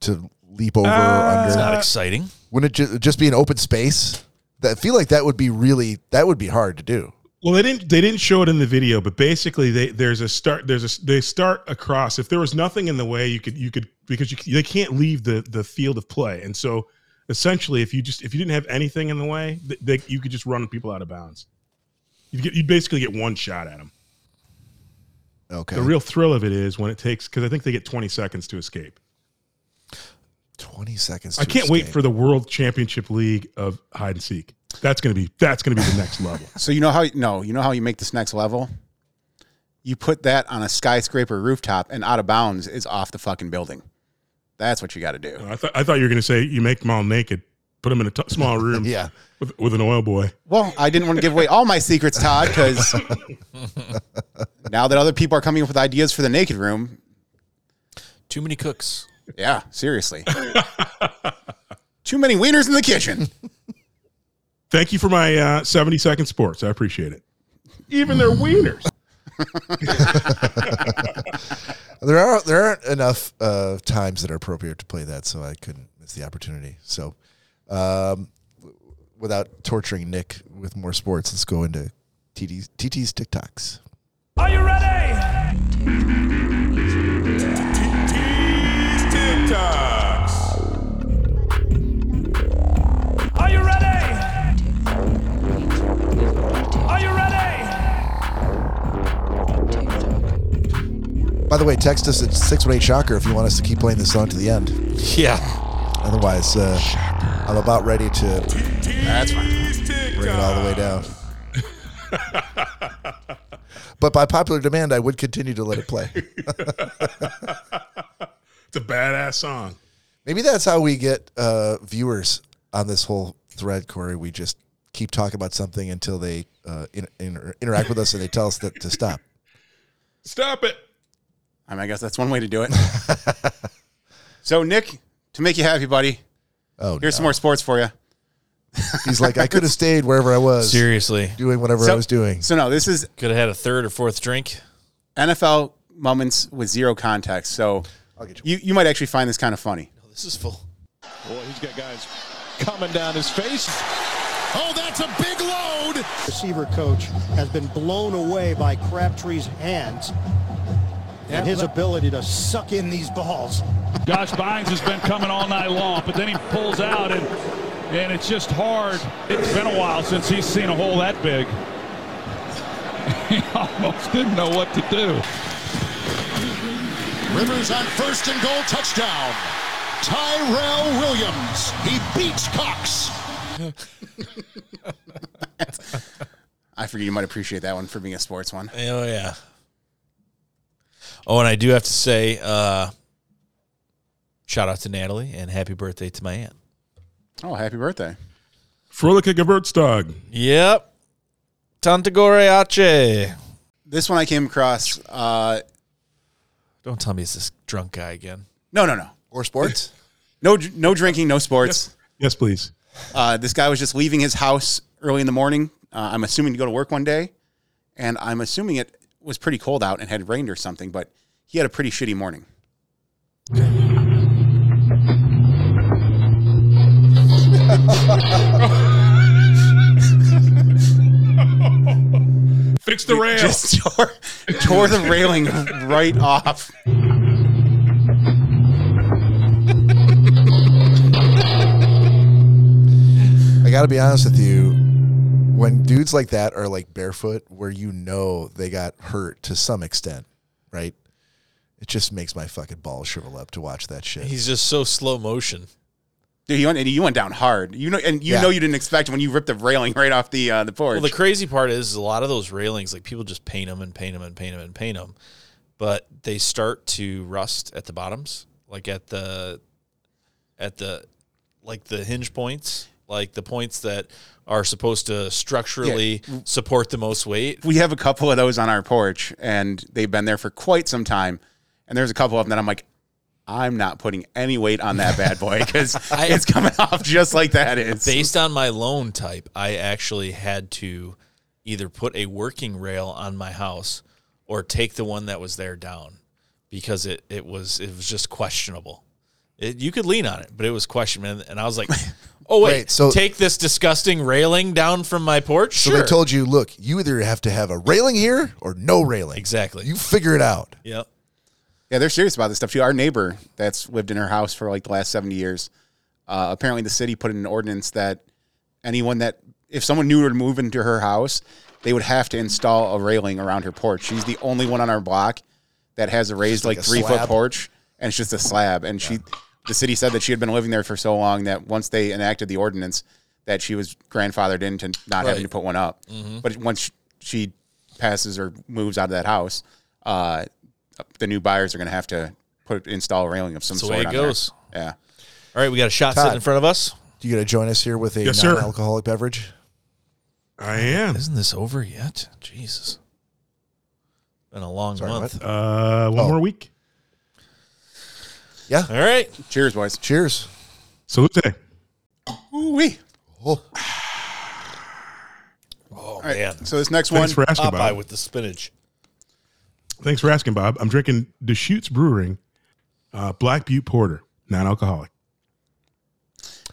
A: to leap over
C: Uh,
A: or
E: It's
A: under?
E: not exciting.
A: Wouldn't it ju- just be an open space? That I feel like that would be really that would be hard to do.
C: Well, they didn't. They didn't show it in the video, but basically, they there's a start. There's a s- they start across. If there was nothing in the way, you could you could because you, c- they can't leave the the field of play, and so essentially, if you just if you didn't have anything in the way, th- they, you could just run people out of bounds. You'd get you'd basically get one shot at them.
A: Okay,
C: The real thrill of it is when it takes because I think they get 20 seconds to escape.
A: twenty seconds.
C: I can't wait for the World Championship League of hide and seek. That's gonna be that's gonna be the next level.
B: So you know how no, you know how you make this next level? You put that on a skyscraper rooftop and out of bounds is off the fucking building. That's what you got to do.
C: I thought I thought you were gonna say you make them all naked, put them in a t-
A: (laughs)
C: small room.
A: Yeah.
C: with, with an oil boy.
B: Well, I didn't want to give away all my secrets,
A: (laughs)
B: Todd, because now that other people are coming up with ideas for the naked room,
E: Too many cooks.
B: yeah,
A: (laughs)
B: seriously. Too many wieners in the kitchen.
C: Thank you for my uh, 70 second sports. I appreciate it. Even their wieners.
A: There are there aren't enough uh, times that are appropriate to play that, so I couldn't miss the opportunity. So, um, without torturing Nick with more sports, let's go into TT's, TT's TikToks.
I: Are you ready? Are you ready? Are you ready?
A: By the way, text us at six one eight shocker if you want us to keep playing this song to the end.
E: Yeah.
A: Otherwise, uh, I'm about ready to
B: That's fine.
A: bring it all the way down. (laughs) but by popular demand, I would continue to let it play.
C: It's a badass song.
A: Maybe that's how we get uh, viewers on this whole thread, Corey. We just keep talking about something until they uh, in, in, interact with us and they tell us that to stop.
C: Stop it.
B: I, mean, I guess that's one way to
A: (laughs)
B: do it. so, Nick, to make you happy, buddy,
A: Oh,
B: here's
A: no.
B: some more sports for you.
A: He's like, I
D: (laughs)
A: could have stayed wherever I was,
E: Seriously.
A: doing whatever I was doing.
B: So, no, this is
E: Could have had a third or fourth drink.
B: NFL moments with zero context. So
A: get
B: you. You, might actually find this kind of funny.
E: This is full.
J: Boy, he's got guys coming down his face. Oh, that's a big load.
K: receiver coach has been blown away by Crabtree's hands and his ability to suck in these balls.
I: Josh Bynes has been coming all night long, but then he pulls out and and it's just hard. It's been a while since he's seen a hole that big.
L: he almost didn't know what to do.
J: Rivers on first and goal touchdown. Tyrell Williams. He beats Cox.
B: (laughs) I figured you might appreciate that one for being a sports one.
D: Oh yeah. Oh, and I do have to say, uh, shout out to Natalie and happy birthday to my aunt.
B: Oh, happy birthday.
C: Frolicka Geburtstag.
D: Yep. Tantagore Ace.
B: This one I came across. Uh,
D: Don't tell me it's this drunk guy again.
B: no, no, no.
A: Or sports?
B: (laughs) no, dr- no drinking,
A: (laughs)
B: no sports.
C: Yes, please.
B: Uh, this guy was just leaving his house early in the morning. Uh, I'm assuming to go to work one day, and I'm assuming it was pretty cold out and had rained or something. But he had a pretty shitty morning.
C: Fix the rail.
B: Just tore, tore the railing right off.
A: I got to be honest with you. When dudes like that are like barefoot, where you know they got hurt to some extent, right? It just makes my fucking balls shrivel up to watch that shit.
D: He's just so slow motion.
B: Dude, you went and you went down hard. You know, and you
A: Yeah.
B: know you didn't expect when you ripped the railing right off the uh, the porch.
D: Well, the crazy part is a lot of those railings, like people just paint them and paint them and paint them and paint them, but they start to rust at the bottoms, like at the, at the, like the hinge points, like the points that are supposed to structurally support the most weight.
B: we have a couple of those on our porch, and they've been there for quite some time. And there's a couple of them that I'm like, I'm not putting any weight on that bad boy (laughs) because
D: I-
B: it's coming off just like that is.
D: Based on my loan type, I actually had to either put a working rail on my house or take the one that was there down because it, it was it was just questionable. It, you could lean on it, but it was questionable. And
A: (laughs)
D: I was like, oh, wait,
A: Wait, so-
D: take this disgusting railing down from my porch?
A: so
D: sure.
A: they told you, look, you either have to have a railing here or no railing.
D: Exactly.
A: You figure it out.
D: Yep.
B: Yeah, they're serious about this stuff too. Our neighbor that's lived in her house for like the last 70 years, uh, apparently the city put in an ordinance that anyone that, if someone new were to move into her house, they would have to install a railing around her porch. She's the only one on our block that has a raised like,
A: like a
B: three foot
A: slab.
B: porch and it's just a slab. And she, the city said that she had been living there for so long that once they enacted the ordinance, that she was grandfathered into not having
D: Right.
B: to put one up. But once she passes or moves out of that house, uh, the new buyers are going to have to put install a railing of some
D: That's the
B: sort.
D: way it
B: on there.
D: goes.
B: Yeah.
D: All right, we got a shot sitting in front of us.
A: You going to join us here with a
C: Yes, sir.
A: non-alcoholic beverage?
C: I am.
D: Isn't this over yet? Jesus. Been a long
A: Sorry,
D: month.
C: Uh, one
A: Oh.
C: more week.
D: All right.
B: Cheers, boys.
A: Cheers.
C: Salute.
B: Ooh wee.
A: Oh,
D: Oh,
B: All right.
D: man.
B: So this next one,
C: Thanks for asking,
D: Popeye
C: Bob.
D: with the spinach.
C: Thanks for asking, Bob. I'm drinking Deschutes Brewing uh, Black Butte Porter, non-alcoholic.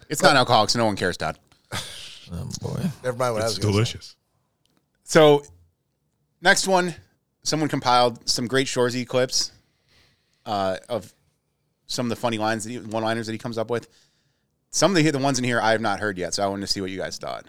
B: it's not alcoholic, so no one cares, Todd.
D: Oh, boy.
A: never mind what I
C: It's
A: was going to say.
C: delicious.
B: So next one, someone compiled some great Shorzy clips uh, of some of the funny lines, that he, one-liners that he comes up with. Some of the, the ones in here I have not heard yet, so I wanted to see what you guys thought.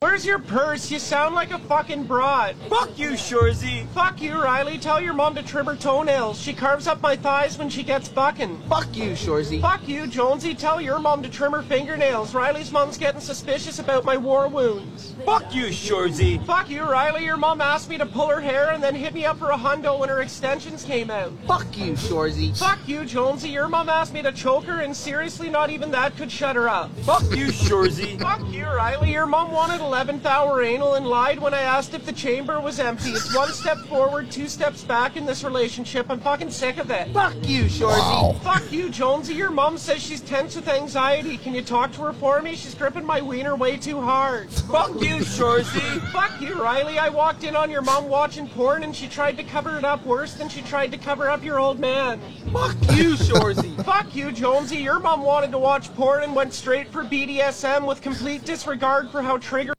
H: Where's your purse? You sound like a fucking broad. Fuck you, Shorzy. Fuck you, Riley. Tell your mom to trim her toenails. She carves up my thighs when she gets fucking. Fuck you, Shorzy. Fuck you, Jonesy. Tell your mom to trim her fingernails. Riley's mom's getting suspicious about my war wounds. Fuck you, Shorzy. Fuck you, Riley. Your mom asked me to pull her hair and then hit me up for a hundo when her extensions came out. Fuck you, Shorzy. Fuck you, Jonesy. Your mom asked me to choke her and seriously, not even that could shut her up. Fuck you, Shorzy. Fuck you, Riley. Your mom wanted 11th hour anal and lied when I asked if the chamber was empty. It's one step forward, two steps back in this relationship. I'm fucking sick of it. Fuck you, Shorzy. Fuck you, Jonesy. Your mom says she's tense with anxiety. Can you talk to her for me? She's gripping my wiener way too hard. Fuck you, Shorzy. Fuck you, Riley. I walked in on your mom watching porn and she tried to cover it up worse than she tried to cover up your old man. Fuck you, Shorzy. (laughs) Fuck you, Jonesy. Your mom wanted to watch porn and went straight for BDSM with complete disregard for how trigger.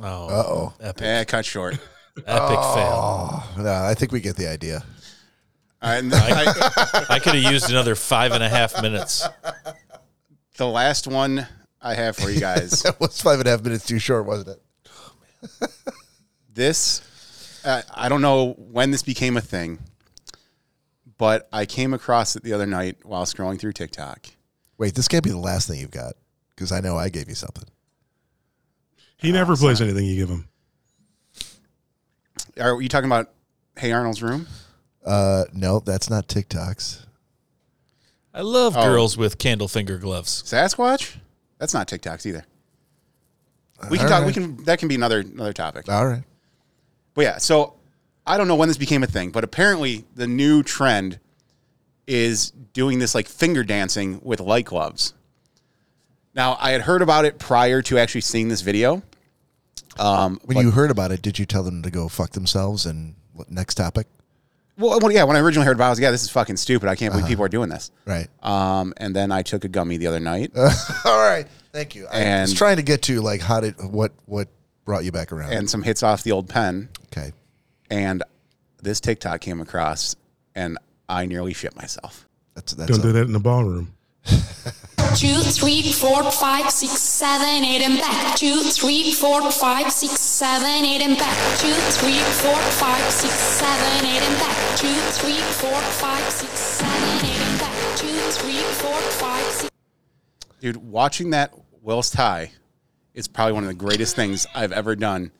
D: Oh,
A: Uh-oh.
D: epic,
B: Eh, cut
D: (laughs)
B: short.
D: epic fail.
A: No, oh, I think we get the idea. (laughs)
B: All right, (laughs) and I-
D: I could have used another five and a half minutes.
B: the last one
D: (laughs)
B: I have for you guys.
A: That was five and a half minutes too short, wasn't it?
B: this uh, I don't know when this became a thing, but I came across it the other night while scrolling through TikTok.
A: Wait, this can't be the last thing you've got because I know I gave you something.
C: He never plays anything you give him.
B: Are you talking about Hey Arnold's room?
A: Uh, no, that's not TikToks.
D: I love
B: Oh.
D: girls with candle finger gloves.
B: Sasquatch? That's not TikToks either. We can
D: All
B: talk. We
D: right.
B: can. That can be another another topic.
A: All right.
B: But yeah, so I don't know when this became a thing, but apparently the new trend is doing this like finger dancing with light gloves. Now I had heard about it prior to actually seeing this video. Um,
A: When you heard about it, did you tell them to go fuck themselves? And what, next topic,
B: well, when- yeah, when I originally heard about it, I was like, yeah, this is fucking stupid. I can't believe
A: Uh-huh.
B: people are doing this.
A: right?
B: Um, and then I took a gummy the other night.
A: (laughs) All right, thank you. I was
B: And-
A: trying to get to like how did what what brought you back around?
B: and some hits off the old pen.
A: Okay.
B: And this TikTok came across, and I nearly shit myself.
A: That's
C: Don't do that in the ballroom.
M: Two, three, four, five, six, seven, eight, and back. Two, three, four, five, six, seven, eight, and back. Two, three, four, five, six, seven, eight, and back. Two, three, four, five, six, seven, eight, and back. Two, three, four, five, six.
B: dude. Watching that whilst high is probably one of the greatest things I've ever done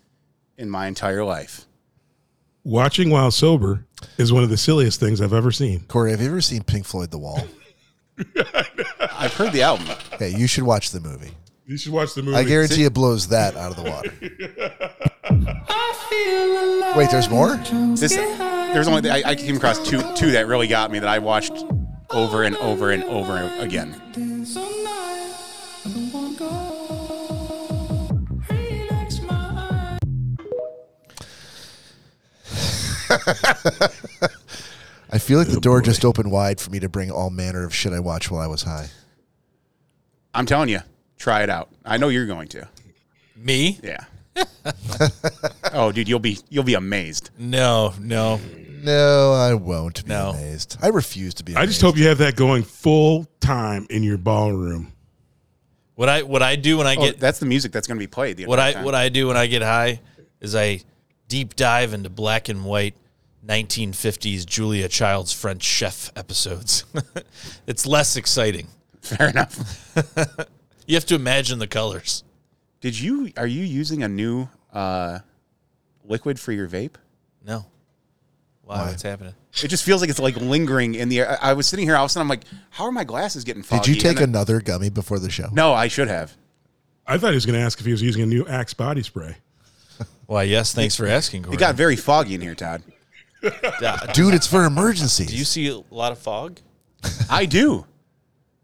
B: in my entire life.
C: Watching while sober is one of the silliest things I've ever seen.
A: Corey, have you ever seen Pink Floyd The
C: (laughs)
A: Wall?
B: I've heard the album.
A: Hey, you should watch the movie.
C: You should watch the movie.
A: I guarantee it blows that out of the water.
M: alive.
A: Wait, there's more?
B: This there's only I, I came across two two that really got me that I watched over and over and over again.
A: I feel like the door just opened wide for me to bring all manner of shit I watched while I was high.
B: I'm telling you, try it out. I know you're going to.
D: Me?
B: Yeah. (laughs) oh, dude, you'll be you'll be amazed.
D: No, no.
A: No, I won't be amazed. I refuse to be
C: I
A: amazed.
C: just hope you have that going full time in your ballroom.
D: What I what I do when I
B: Oh,
D: get
B: that's the music that's going to be played. The
D: what
B: entire
D: I
B: time.
D: what I do when I get high is I deep dive into black and white 1950s Julia Child's French Chef episodes. (laughs) it's less exciting.
B: Fair enough.
D: you have to imagine the colors.
B: Did you are you using a new uh, liquid for your vape?
D: No. Why? What's happening?
B: It just feels like it's like lingering in the air. I I was sitting here all of a sudden. I'm like, how are my glasses getting foggy?
A: Did you take
B: And then-
A: another gummy before the show?
B: No, I should have.
C: I thought he was going to ask if he was using a new Axe body spray.
D: Why, yes, thanks for asking,
B: It
D: Corey.
B: got very foggy in here, Todd.
D: Uh,
A: Dude, it's for emergencies.
D: do you see a lot of fog?
B: I do.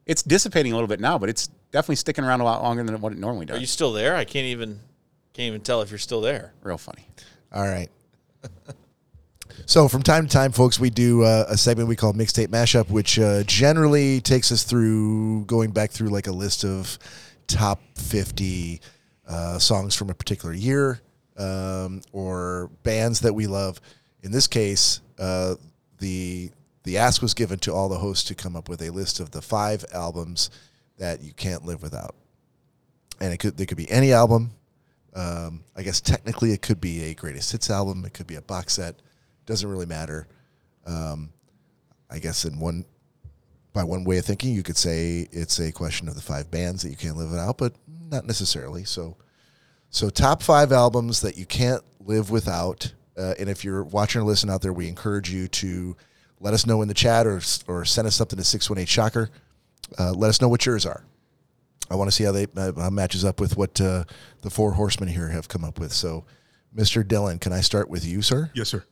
B: It's dissipating a little bit now, but it's definitely sticking around a lot longer than what it normally
D: Are
B: does.
D: you still there? I can't even can't even tell if you're still there.
B: Real funny.
A: All right. So, from time to time, folks, we do uh, a segment we call Mixtape Mashup, which uh, generally takes us through going back through like a list of top 50 uh, songs from a particular year um, or bands that we love. In this case, uh, the the ask was given to all the hosts to come up with a list of the five albums that you can't live without, and it could they could be any album. Um, I guess technically it could be a greatest hits album. It could be a box set. Doesn't really matter. Um, I guess in one by one way of thinking, you could say it's a question of the five bands that you can't live without, but not necessarily. So, so top five albums that you can't live without. Uh, and if you're watching or listening out there, we encourage you to let us know in the chat or or send us something to six one eight shocker. Uh, let us know what yours are. I want to see how they uh, how matches up with what uh, the four horsemen here have come up with. So, Mr. Dillon, can I start with you, sir?
C: Yes, sir.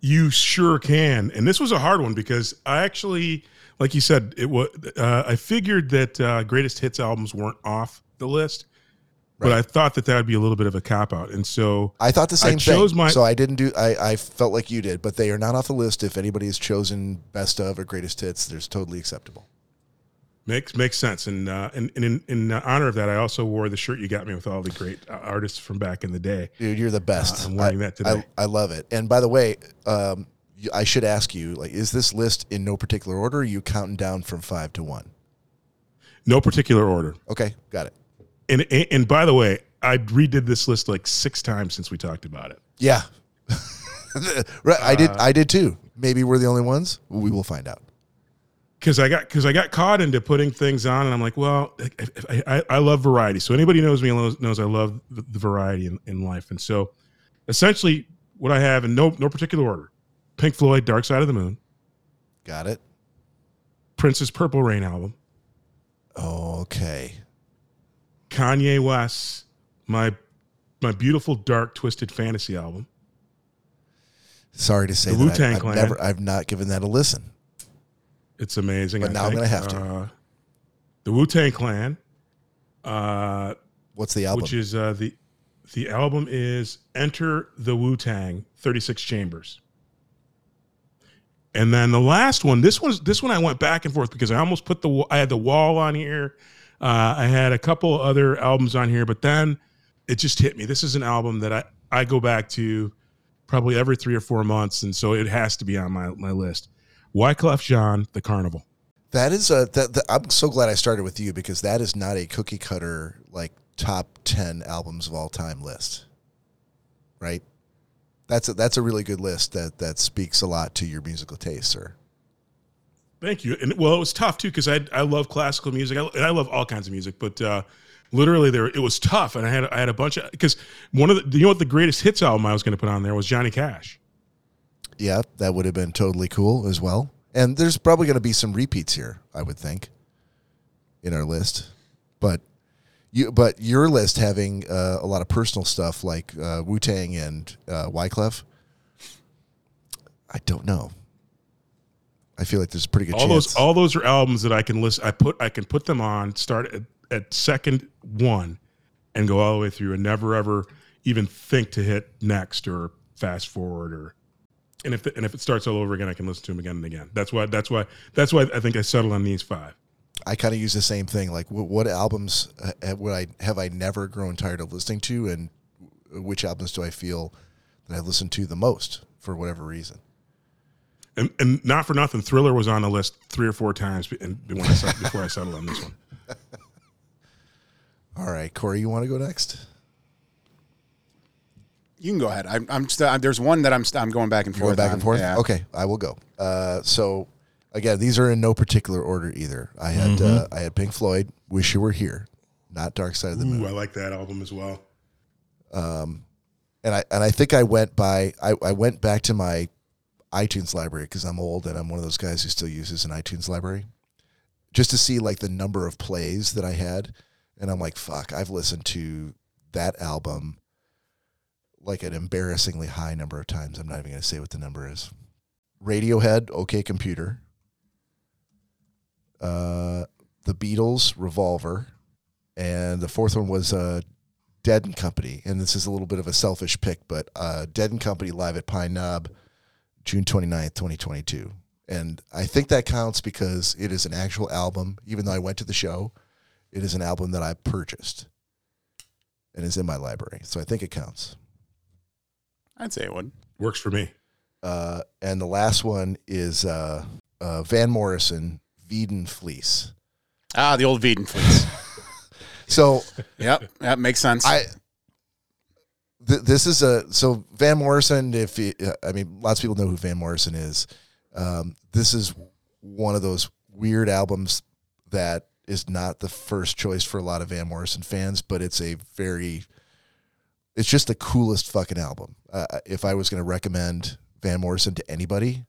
C: You sure can. And this was a hard one because I actually, like you said, it was. Uh, I figured that uh, greatest hits albums weren't off the list, but I thought that that would be a little bit of a cop out. And so
A: I thought the same
C: I chose
A: thing.
C: my.
A: so I didn't do. I, I felt like you did, but they are not off the list. If anybody has chosen best of or greatest hits, there's totally acceptable.
C: Makes makes sense, and uh, and, and in, in honor of that, I also wore the shirt you got me with all the great uh, artists from back in the day.
A: Dude, you're the best.
C: Uh, I'm wearing that today.
A: I, I love it. And by the way, um, you- I should ask you: like, is this list in no particular order? Or are you counting down from five to one?
C: no particular order.
A: Okay, got it.
C: And and, and by the way, I- I redid this list like six times since we talked about it.
A: Yeah. (laughs) right. I did.
C: Uh,
A: I did too. Maybe we're the only ones. We will find out.
C: because I got because I got caught into putting things on, and I'm like, well, I, I, I- I love variety. So anybody who knows me knows, knows I love the, the variety in, in life. And so, essentially, what I have in no no particular order: Pink Floyd, Dark Side of the Moon,
A: Got it.
C: Prince's Purple Rain album,
A: Okay.
C: Kanye West's my my beautiful dark twisted fantasy album.
A: Sorry to say
C: The
A: that. I-
C: Wu-Tang
A: I've
C: Clan.
A: never. I've not given that a listen.
C: It's amazing.
A: But
C: I
A: now I'm
C: think.
A: gonna have to.
C: Uh, the Wu Tang Clan. Uh,
A: What's the album?
C: Which is uh, the the album is Enter the Wu Tang, Thirty Six Chambers. And then the last one, this one's this one I went back and forth because I almost put the wa- I had the wall on here, uh, I had a couple other albums on here, but then it just hit me. This is an album that I I go back to probably every three or four months, and so it has to be on my my list. Wyclef Jean, The Carnival.
A: That is a that, that I'm so glad I started with you because that is not a cookie cutter like top 10 albums of all time list. Right? That's a, that's a really good list that that speaks a lot to your musical taste, sir.
C: Thank you. And well, it was tough too because I I love classical music. I, and I love all kinds of music, but uh, literally there it was tough. And I had I had a bunch of because one of the you know what the greatest hits album I was going to put on there was Johnny Cash.
A: Yeah, that would have been totally cool as well. And there's probably going to be some repeats here, I would think, in our list. But you, but your list having uh, a lot of personal stuff like uh, Wu Tang and uh, Wyclef, I don't know. I feel like there's a pretty good
C: all
A: chance.
C: those all those are albums that I can list. I put I can put them on start at, at second one, and go all the way through, and never ever even think to hit next or fast forward or. And if, the, and if it starts all over again, I can listen to them again and again. That's why. That's why. That's why I think I settled on these five.
A: I kind of use the same thing. Like, what, what albums uh, have- would I have I never grown tired of listening to, and uh, which albums do I feel that I listen to the most for whatever reason?
C: and, and not for nothing, Thriller was on the list three or four times be- and when I set- before I settled on this one.
A: All right, Corey, you want to go next?
B: You can go ahead. I'm, I'm still, I'm, there's one that I'm, st- I'm going back and
A: You're going
B: forth.
A: back
B: on.
A: and forth.
B: Yeah.
A: Okay, I will go. Uh, so again, these are in no particular order either. I had uh,
B: Mhm.
A: I had Pink Floyd, "Wish You Were Here," not Dark Side of the Moon.
C: Ooh, I like that album as well.
A: Um, and I and I think I went by I, I went back to my iTunes library because I'm old and I'm one of those guys who still uses an iTunes library, just to see like the number of plays that I had, and I'm like, fuck, I've listened to that album like an embarrassingly high number of times. I'm not even gonna say what the number is. Radiohead, OK Computer. Uh, the Beatles, Revolver, and the fourth one was uh, Dead and Company. And this is a little bit of a selfish pick, but uh, Dead and Company live at Pine Knob, June 29th, 2022. And I think that counts because it is an actual album. Even though I went to the show, it is an album that I purchased and is in my library. So I think it counts.
B: I'd say it would.
C: Works for me.
A: Uh, and the last one is uh, uh, Van Morrison, Veden Fleece.
B: Ah, the old Veden fleece.
A: So
B: yep. That makes sense.
A: I th- this is a so Van Morrison. If you, uh, I mean, lots of people know who Van Morrison is. Um, this is one of those weird albums that is not the first choice for a lot of Van Morrison fans, but it's a very, it's just the coolest fucking album. Uh, if I was going to recommend Van Morrison to anybody,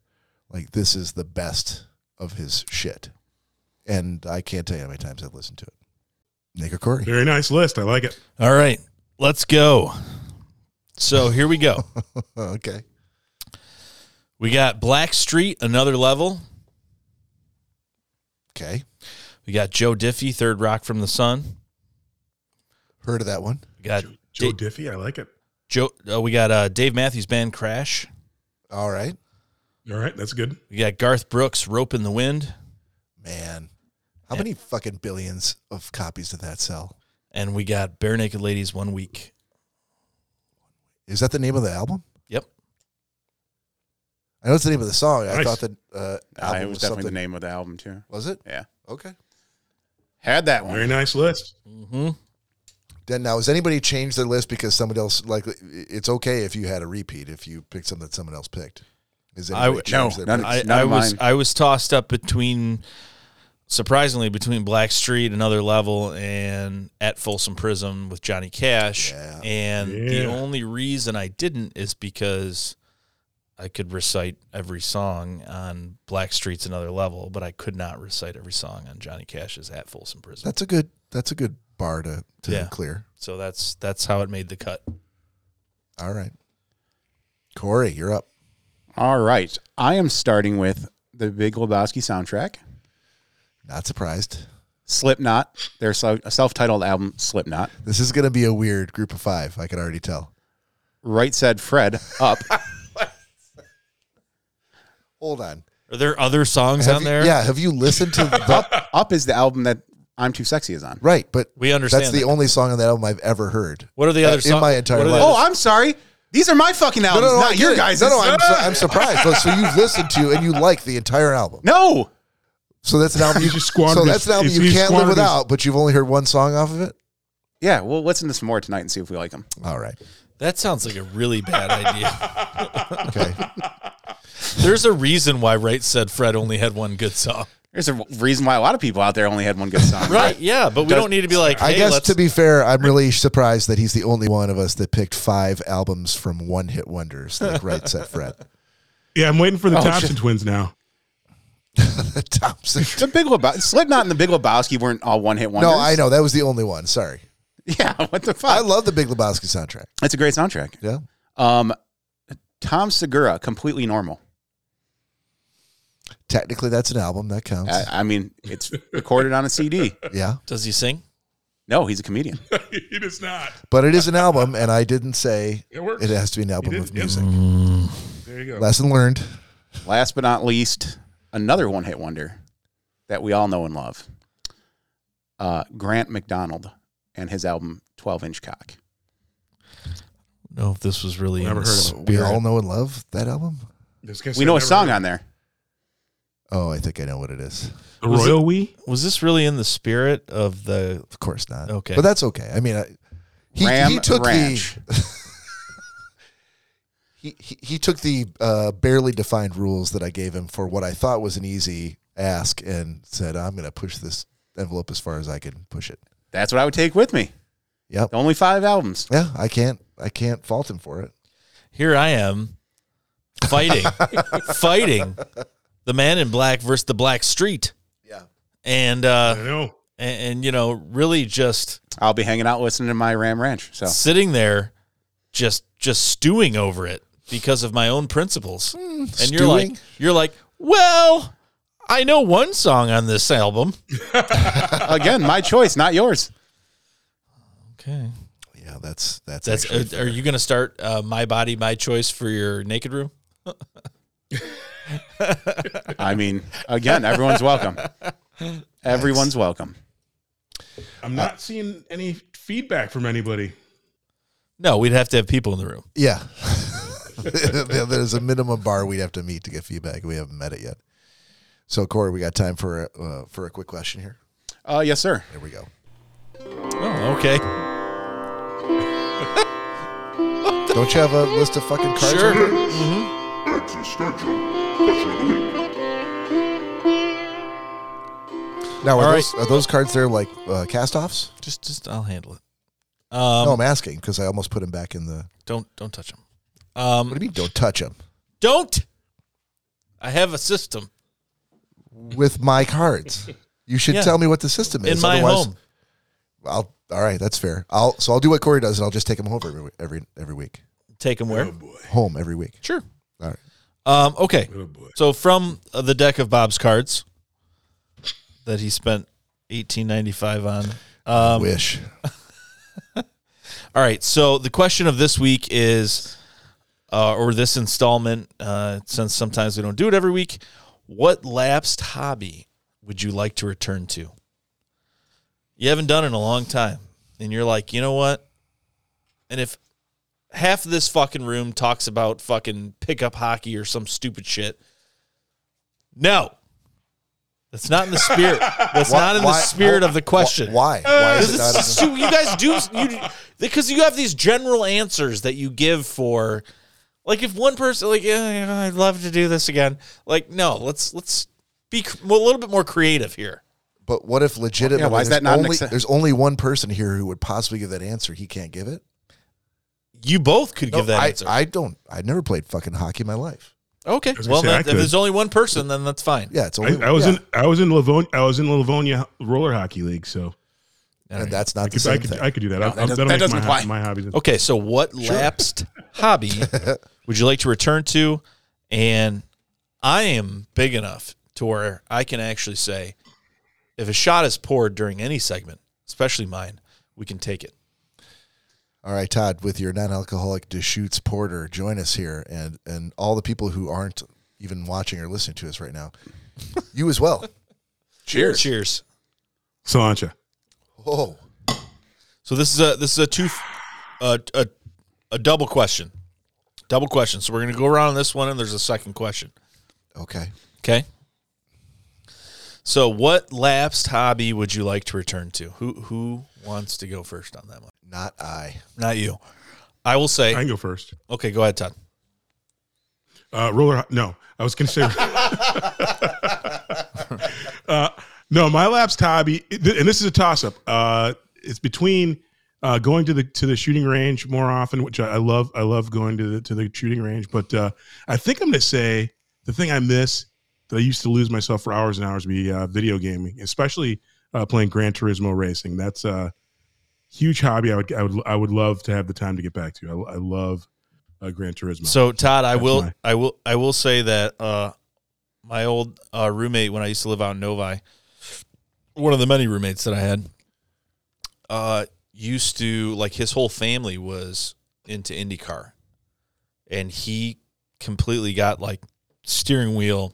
A: like this is the best of his shit, and I can't tell you how many times I've listened to it. Nick or Corey?
C: Very nice list. I like it.
E: All right, let's go. So here we go.
A: (laughs) okay.
E: We got Black Street, another level.
A: Okay.
E: We got Joe Diffie, Third Rock from the Sun.
A: Heard of that one?
E: We got
C: Joe Diffie, I like it.
E: Joe. Uh, we got uh, Dave Matthews Band, Crash.
A: All right.
C: All right, that's good.
E: We got Garth Brooks, Rope in the Wind,
A: Man, how many fucking billions of copies did that sell?
E: and we got Bare Naked Ladies, One Week.
A: Is that the name of the album?
E: Yep.
A: I know it's the name of the song. I
B: Nice.
A: thought that uh,
B: Ah,
A: album
B: it was,
A: was
B: definitely
A: something.
B: the name of the album too.
A: Was it?
B: Yeah.
A: Okay.
B: Had that one.
C: Very nice list.
E: Mm-hmm.
A: Then now, has anybody changed their list because somebody else like it's okay if you had a repeat if you picked something that someone else picked? Is
D: I would-
A: picks?
D: I, I was I was tossed up between surprisingly between Black Street, another level, and at Folsom Prison with Johnny Cash. And the
E: Yeah.
D: only reason I didn't is because I could recite every song on Black Street's another level, but I could not recite every song on Johnny Cash's at Folsom Prison.
A: That's a good. That's a good bar to to clear.
D: So that's that's how it made the cut.
A: All right, Corey, you're up.
B: All right. I am starting with the Big Lebowski soundtrack.
A: Not surprised.
B: Slipknot, their so- self-titled album, Slipknot.
A: This is going to be a weird group of five. I can already tell.
B: Right said Fred,
A: (laughs)
B: Up.
A: Hold on.
D: Are there other songs
B: Have
D: on
B: you-
D: there?
B: yeah,
A: have you listened
D: (laughs)
A: to
B: Up? Up is the album that I'm Too Sexy is on.
A: Right, but
D: We understand
A: That's the
D: that.
A: only song on that album I've ever heard.
D: What are the
A: Uh,
D: other
A: in
D: song-
A: my entire
D: what are the
A: life?
B: Oh, I'm sorry. These are my fucking
A: no,
B: albums,
A: no, no, I
B: not
A: get
B: your
A: it.
B: guys.
A: No, no, I'm, su- I'm surprised. So- So you've listened to and you like the entire album.
B: (laughs) No.
A: So that's an album
B: He's
A: you
B: just squandered
A: So
B: his-
A: that's an album
B: he's-
A: you
B: he's
A: can't live
B: squandered his-
A: without, but you've only heard one song off of it.
B: Yeah, well, let's listen to some more tonight and see if we like them.
A: All right.
D: That sounds like a really
A: (laughs)
D: bad idea. (laughs)
A: okay.
D: There's a reason why Right said Fred only had one good song.
B: There's a reason why a lot of people out there only had one
A: (laughs)
B: good song.
D: Right, yeah, but we
B: Does-
D: don't need to be like,
A: I
D: hey,
A: guess
D: let's
A: to be fair, I'm really surprised that he's the only one of us that picked five albums from one hit wonders, like Right Set Fred.
D: (laughs)
C: Yeah, I'm waiting for the
A: Oh,
C: Thompson
A: shit.
C: twins now. (laughs)
A: the Thompson.
B: The Big Lebowski, Slipknot and the Big Lebowski weren't all one hit wonders.
A: No, I know that was the only one. Sorry.
B: (laughs) Yeah, what the fuck?
A: I love the Big Lebowski soundtrack.
B: It's a great soundtrack.
A: Yeah.
B: Um, Tom Segura, completely normal.
A: Technically, that's an album that counts.
B: I, I mean, it's recorded on a CD.
A: yeah,
D: Does he sing?
B: No, he's a comedian.
C: he does not.
A: but it is an album, and I didn't say
C: It works.
A: it has to be an album
C: did,
A: with
C: yep.
A: music.
D: Mm-hmm.
C: There you go.
A: Lesson learned.
B: Last but not least, another one hit wonder that we all know and love uh, Grant McDonald and his album 12 Inch Cock.
D: No, if this was really
C: Never
D: in the
C: heard of it.
A: We
D: spirit.
A: all know and love that album.
C: This guy
B: We
C: said
B: know a
C: never
B: song
C: heard
B: on there.
A: Oh, I think I know what it is.
C: The
D: Was
C: Royal
D: it-
C: We?
D: Was this really in the spirit of the?
A: Of course not.
D: Okay.
A: but that's okay. I mean, I, he,
B: Ram
A: he took
B: Ranch.
A: the. (laughs) He, he, he took the uh, barely defined rules that I gave him for what I thought was an easy ask and said, I'm going to push this envelope as far as I can push it.
B: That's what I would take with me.
A: Yep.
B: Only five albums.
A: Yeah, I can't I can't fault him for it.
D: Here I am,
A: (laughs)
D: fighting, fighting the man in black versus the black street.
A: Yeah.
D: and uh,
C: I know.
D: and, and you know, really just
B: I'll be hanging out listening to my Ram Ranch. So
D: sitting there, just just stewing over it because of my own principles. and you're like,
A: stewing?
D: you're like, well, I know one song on this album.
B: again, my choice, not yours.
D: Okay,
A: Yeah, that's that's,
D: that's.
A: actually
D: Uh, are
A: fair.
D: you going to start uh, my body, my choice for your naked room?
B: I mean, again, everyone's
C: (laughs)
B: welcome. Everyone's welcome.
C: I'm
A: Uh,
C: not seeing any feedback from anybody.
D: No, we'd have to have people in the room.
A: Yeah. (laughs) There- There's a minimum bar we'd have to meet to get feedback. We haven't met it yet. So Corey, we got time for a- uh, for a quick question here.
B: Uh, yes, sir.
A: There we go.
D: Oh, okay.
A: Don't you have a list of fucking cards?
D: Sure.
A: over there? Now
D: All
A: are
D: right.
A: those, are those cards there like uh, cast-offs?
D: Just, just I'll handle it. Um,
A: no, I'm asking because I almost put him back in the.
D: don't, don't touch them.
A: What do
D: Um,
A: you mean? Don't touch him
D: don't. I have a system
A: with my cards. You should
D: Yeah.
A: tell me what the system is.
D: in my
A: Otherwise,
D: home.
A: I'll. All right, that's fair. I'll. So I'll do what Corey does, and I'll just take him home every every every week.
D: Take them where?
A: Home every week.
D: Sure.
A: All right.
D: Um, okay.
C: Oh boy.
D: So from uh, the deck of Bob's cards that he spent eighteen ninety five on. Um,
A: Wish.
D: All right. So the question of this week is, uh, or this installment, uh, since sometimes we don't do it every week, what lapsed hobby would you like to return to? You haven't done it in a long time, and you're like, you know what? And if half of this fucking room talks about fucking pickup hockey or some stupid shit, no, That's not in
A: (laughs)
D: the spirit. That's not in the spirit of the question.
A: Why?
D: Why
A: is it not in the-
D: you guys do you because you have these general answers that you give for like if one person like yeah, you know, I'd love to do this again. Like no, let's let's be cr- a little bit more creative here.
A: But what if legitimately
D: Yeah, why is
A: there's,
D: that not an
A: only,
D: accept-
A: there's only one person here who would possibly give that answer? He can't give it.
D: You both could
A: No,
D: give that
A: I,
D: answer.
A: I don't. I never played fucking hockey in my life.
D: Okay.
C: was gonna
D: Well,
C: say, I
D: then, if
C: could.
D: there's only one person, then that's fine.
A: Yeah, it's
C: I, I was in I was in Livonia I was in Livonia roller hockey league, so
A: and that's not
C: I
A: the
C: could,
A: same
C: I could,
A: thing.
C: I could do that.
A: No,
C: I'll-
A: that
C: I'll-
A: doesn't-
C: that'll
A: that doesn't
C: make my, ho-
A: apply.
C: my hobbies.
D: Okay, so what lapsed hobby would you like to return to? And I am big enough to where I can actually say, if a shot is poured during any segment, especially mine, we can take it.
A: All right, Todd, with your non-alcoholic Deschutes Porter, join us here, and and all the people who aren't even watching or listening to us right now, you as
D: (laughs)
A: well.
D: Cheers. Cheers.
C: Solancha.
A: Oh,
D: So this is a this is a two a a, a double question, double question. So we're gonna go around on this one, and there's a second question.
A: okay.
D: Okay. So, what lapsed hobby would you like to return to? Who who wants to go first on that one?
A: Not I.
D: Not you. I will say.
C: I can go first.
D: Okay, go ahead, Todd.
C: Uh, roller. No, I was going to say. (laughs) uh, no, my lapsed hobby, and this is a toss-up. Uh, it's between uh, going to the to the shooting range more often, which I, I love. I love going to the to the shooting range, but uh, I think I'm going to say the thing I miss that I used to lose myself for hours and hours would be uh, video gaming, especially uh, playing Gran Turismo racing. That's a huge hobby. I would I would I would love to have the time to get back to. I, I love uh, Gran Turismo.
D: So, Todd, I
C: That's
D: will
C: my-
D: I will I will say that uh, my old uh, roommate when I used to live out in Novi, one of the many roommates that I had, uh, used to like his whole family was into IndyCar, and he completely got like steering wheel,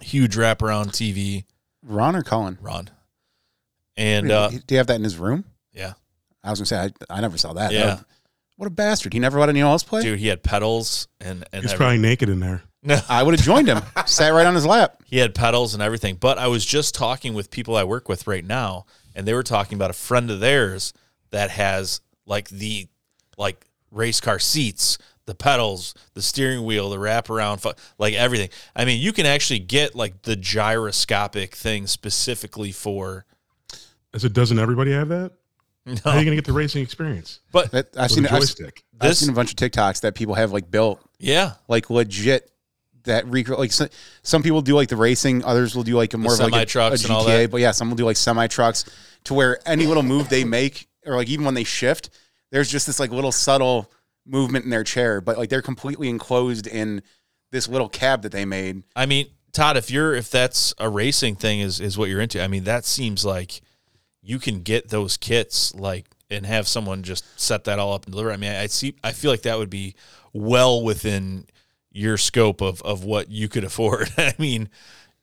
D: huge wraparound TV.
B: Ron or Colin?
D: Ron. And
B: Really?
D: uh,
B: do you have that in his room?
D: Yeah.
B: I was gonna say I, I never saw that.
D: Yeah.
B: That- what a bastard! He never let anyone else play.
D: dude, he had pedals and and
C: He's
D: everything.
C: probably naked in there.
D: No.
B: I would have joined
D: (laughs)
B: him. sat right on his lap.
D: He had pedals and everything. But I was just talking with people I work with right now, and they were talking about a friend of theirs that has like the like race car seats, the pedals, the steering wheel, the wraparound, fu- like everything. I mean, you can actually get like the gyroscopic thing specifically for.
C: I said, doesn't everybody have that? How are you going to get the racing experience?
D: But
B: That, I've
C: With
B: seen
C: a
B: I've-
C: joystick.
B: I've,
C: This-
B: seen a bunch of TikToks that people have like built.
D: Yeah.
B: Like legit that recreate. Like so, some people do like the racing, others will do like a more of like a- a,
D: semi-trucks
B: GTA,
D: and all that.
B: but yeah, some will do like semi trucks to where any little move they make or like even when they shift, there's just this like little subtle movement in their chair, but like they're completely enclosed in this little cab that they made.
D: I mean, Todd, if you're if that's a racing thing is is what you're into, I mean, that seems like you can get those kits like and have someone just set that all up and deliver. it. I mean, I, I see I feel like that would be well within your scope of of what you could (laughs) afford. I mean,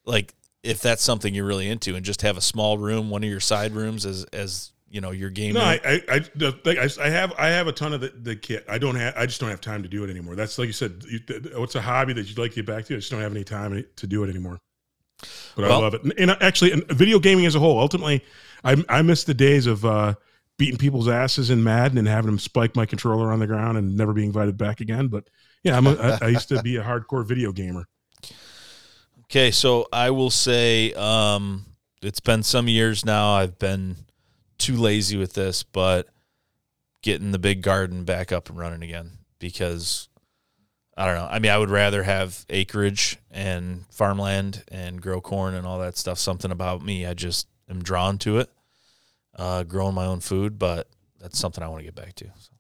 D: like if that's something you're really into and just have a small room, one of your side rooms as as you know, your game
C: No,
D: room.
C: I, I, I, the thing- I, I have, I have a ton of the, the kit. I don't have, I just don't have time to do it anymore. That's like you said, you, th- th- what's a hobby that you'd like to get back to? I just don't have any time to do it anymore. But I
D: Well-
C: love it. And, and actually, and video gaming as a whole, ultimately, I, I miss the days of uh, beating people's asses in Madden and having them spike my controller on the ground and never being invited back again. But yeah, I'm a, I, I used to be a hardcore video gamer.
D: Okay, so I will say um, it's been some years now. I've been too lazy with this, but getting the big garden back up and running again because I don't know. I mean, I would rather have acreage and farmland and grow corn and all that stuff. Something about me, I just am drawn to it. Uh, growing my own food, but that's something I want to get back to. So,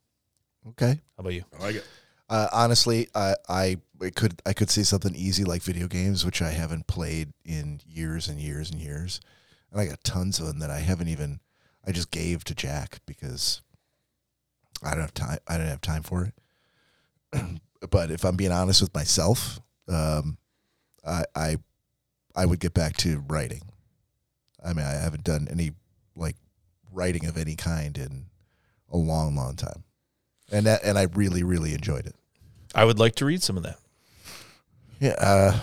A: Okay.
D: how about you?
C: I like it.
A: Uh, honestly, I, I it could I could say something easy like video games, which I haven't played in years and years and years, and I got tons of them that I haven't even. I just gave to Jack because I don't have time. I don't have time for it. (clears throat) but if I'm being honest with myself, um, I, I I would get back to writing. I mean, I haven't done any like writing of any kind in a long, long time, and that and I really, really enjoyed it.
D: I would like to read some of that.
A: Yeah. Uh,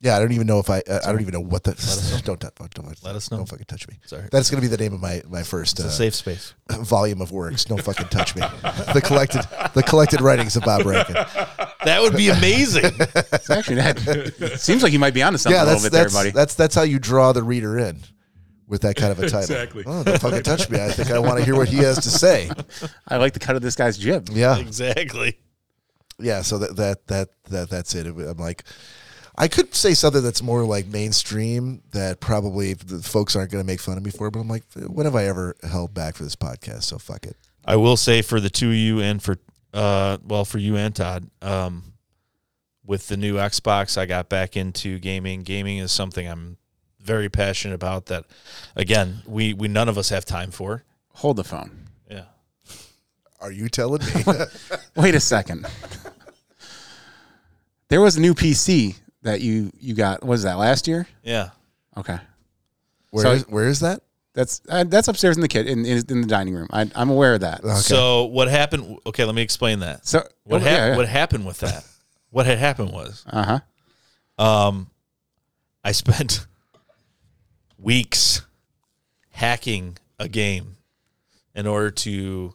A: Yeah, I don't even know if I. Uh, I don't even know what that. don't touch. Don't, don't,
D: Let us know.
A: Don't fucking touch me.
D: Sorry.
A: That's gonna be the name of my my first. uh,
D: It's a safe space.
A: Volume of works. Don't fucking touch me. the collected the collected writings of Bob Rankin.
D: That would be amazing. (laughs)
B: It's actually, that seems like you might be onto something
A: yeah,
B: a
A: that's
B: little bit
A: that's
B: there, buddy.
A: that's that's how you draw the reader in with that kind of a title.
B: Exactly.
A: Oh, don't fucking touch me. I think I want to hear what he has to say.
B: I like the cut of this guy's jib.
A: Yeah.
D: Exactly.
A: yeah so that that that that that's it It wa- i'm like i could say something that's more like mainstream that probably the folks aren't going to make fun of me for but i'm like when have i ever held back for this podcast so fuck it
D: I will say for the two of you and for uh well for you and Todd, um with the new Xbox I got back into gaming. Gaming is something I'm very passionate about that again, we we none of us have time for.
B: Hold the phone.
D: Yeah.
A: are you telling
D: (laughs)
A: me (laughs)
B: Wait a second. There was a new PC that you you got. Was that last year?
D: Yeah.
B: Okay.
A: Where
B: So-
A: is- where is that
B: That's uh, that's upstairs in the kit in, in, in the dining room. I, I'm aware of that.
A: Uh,
D: So what happened okay, let me explain that.
B: So-
D: what
B: oh,
D: hap-
B: yeah, yeah.
D: what happened with that? what had happened was
B: Uh
D: huh. Um I spent (laughs) weeks hacking a game in order to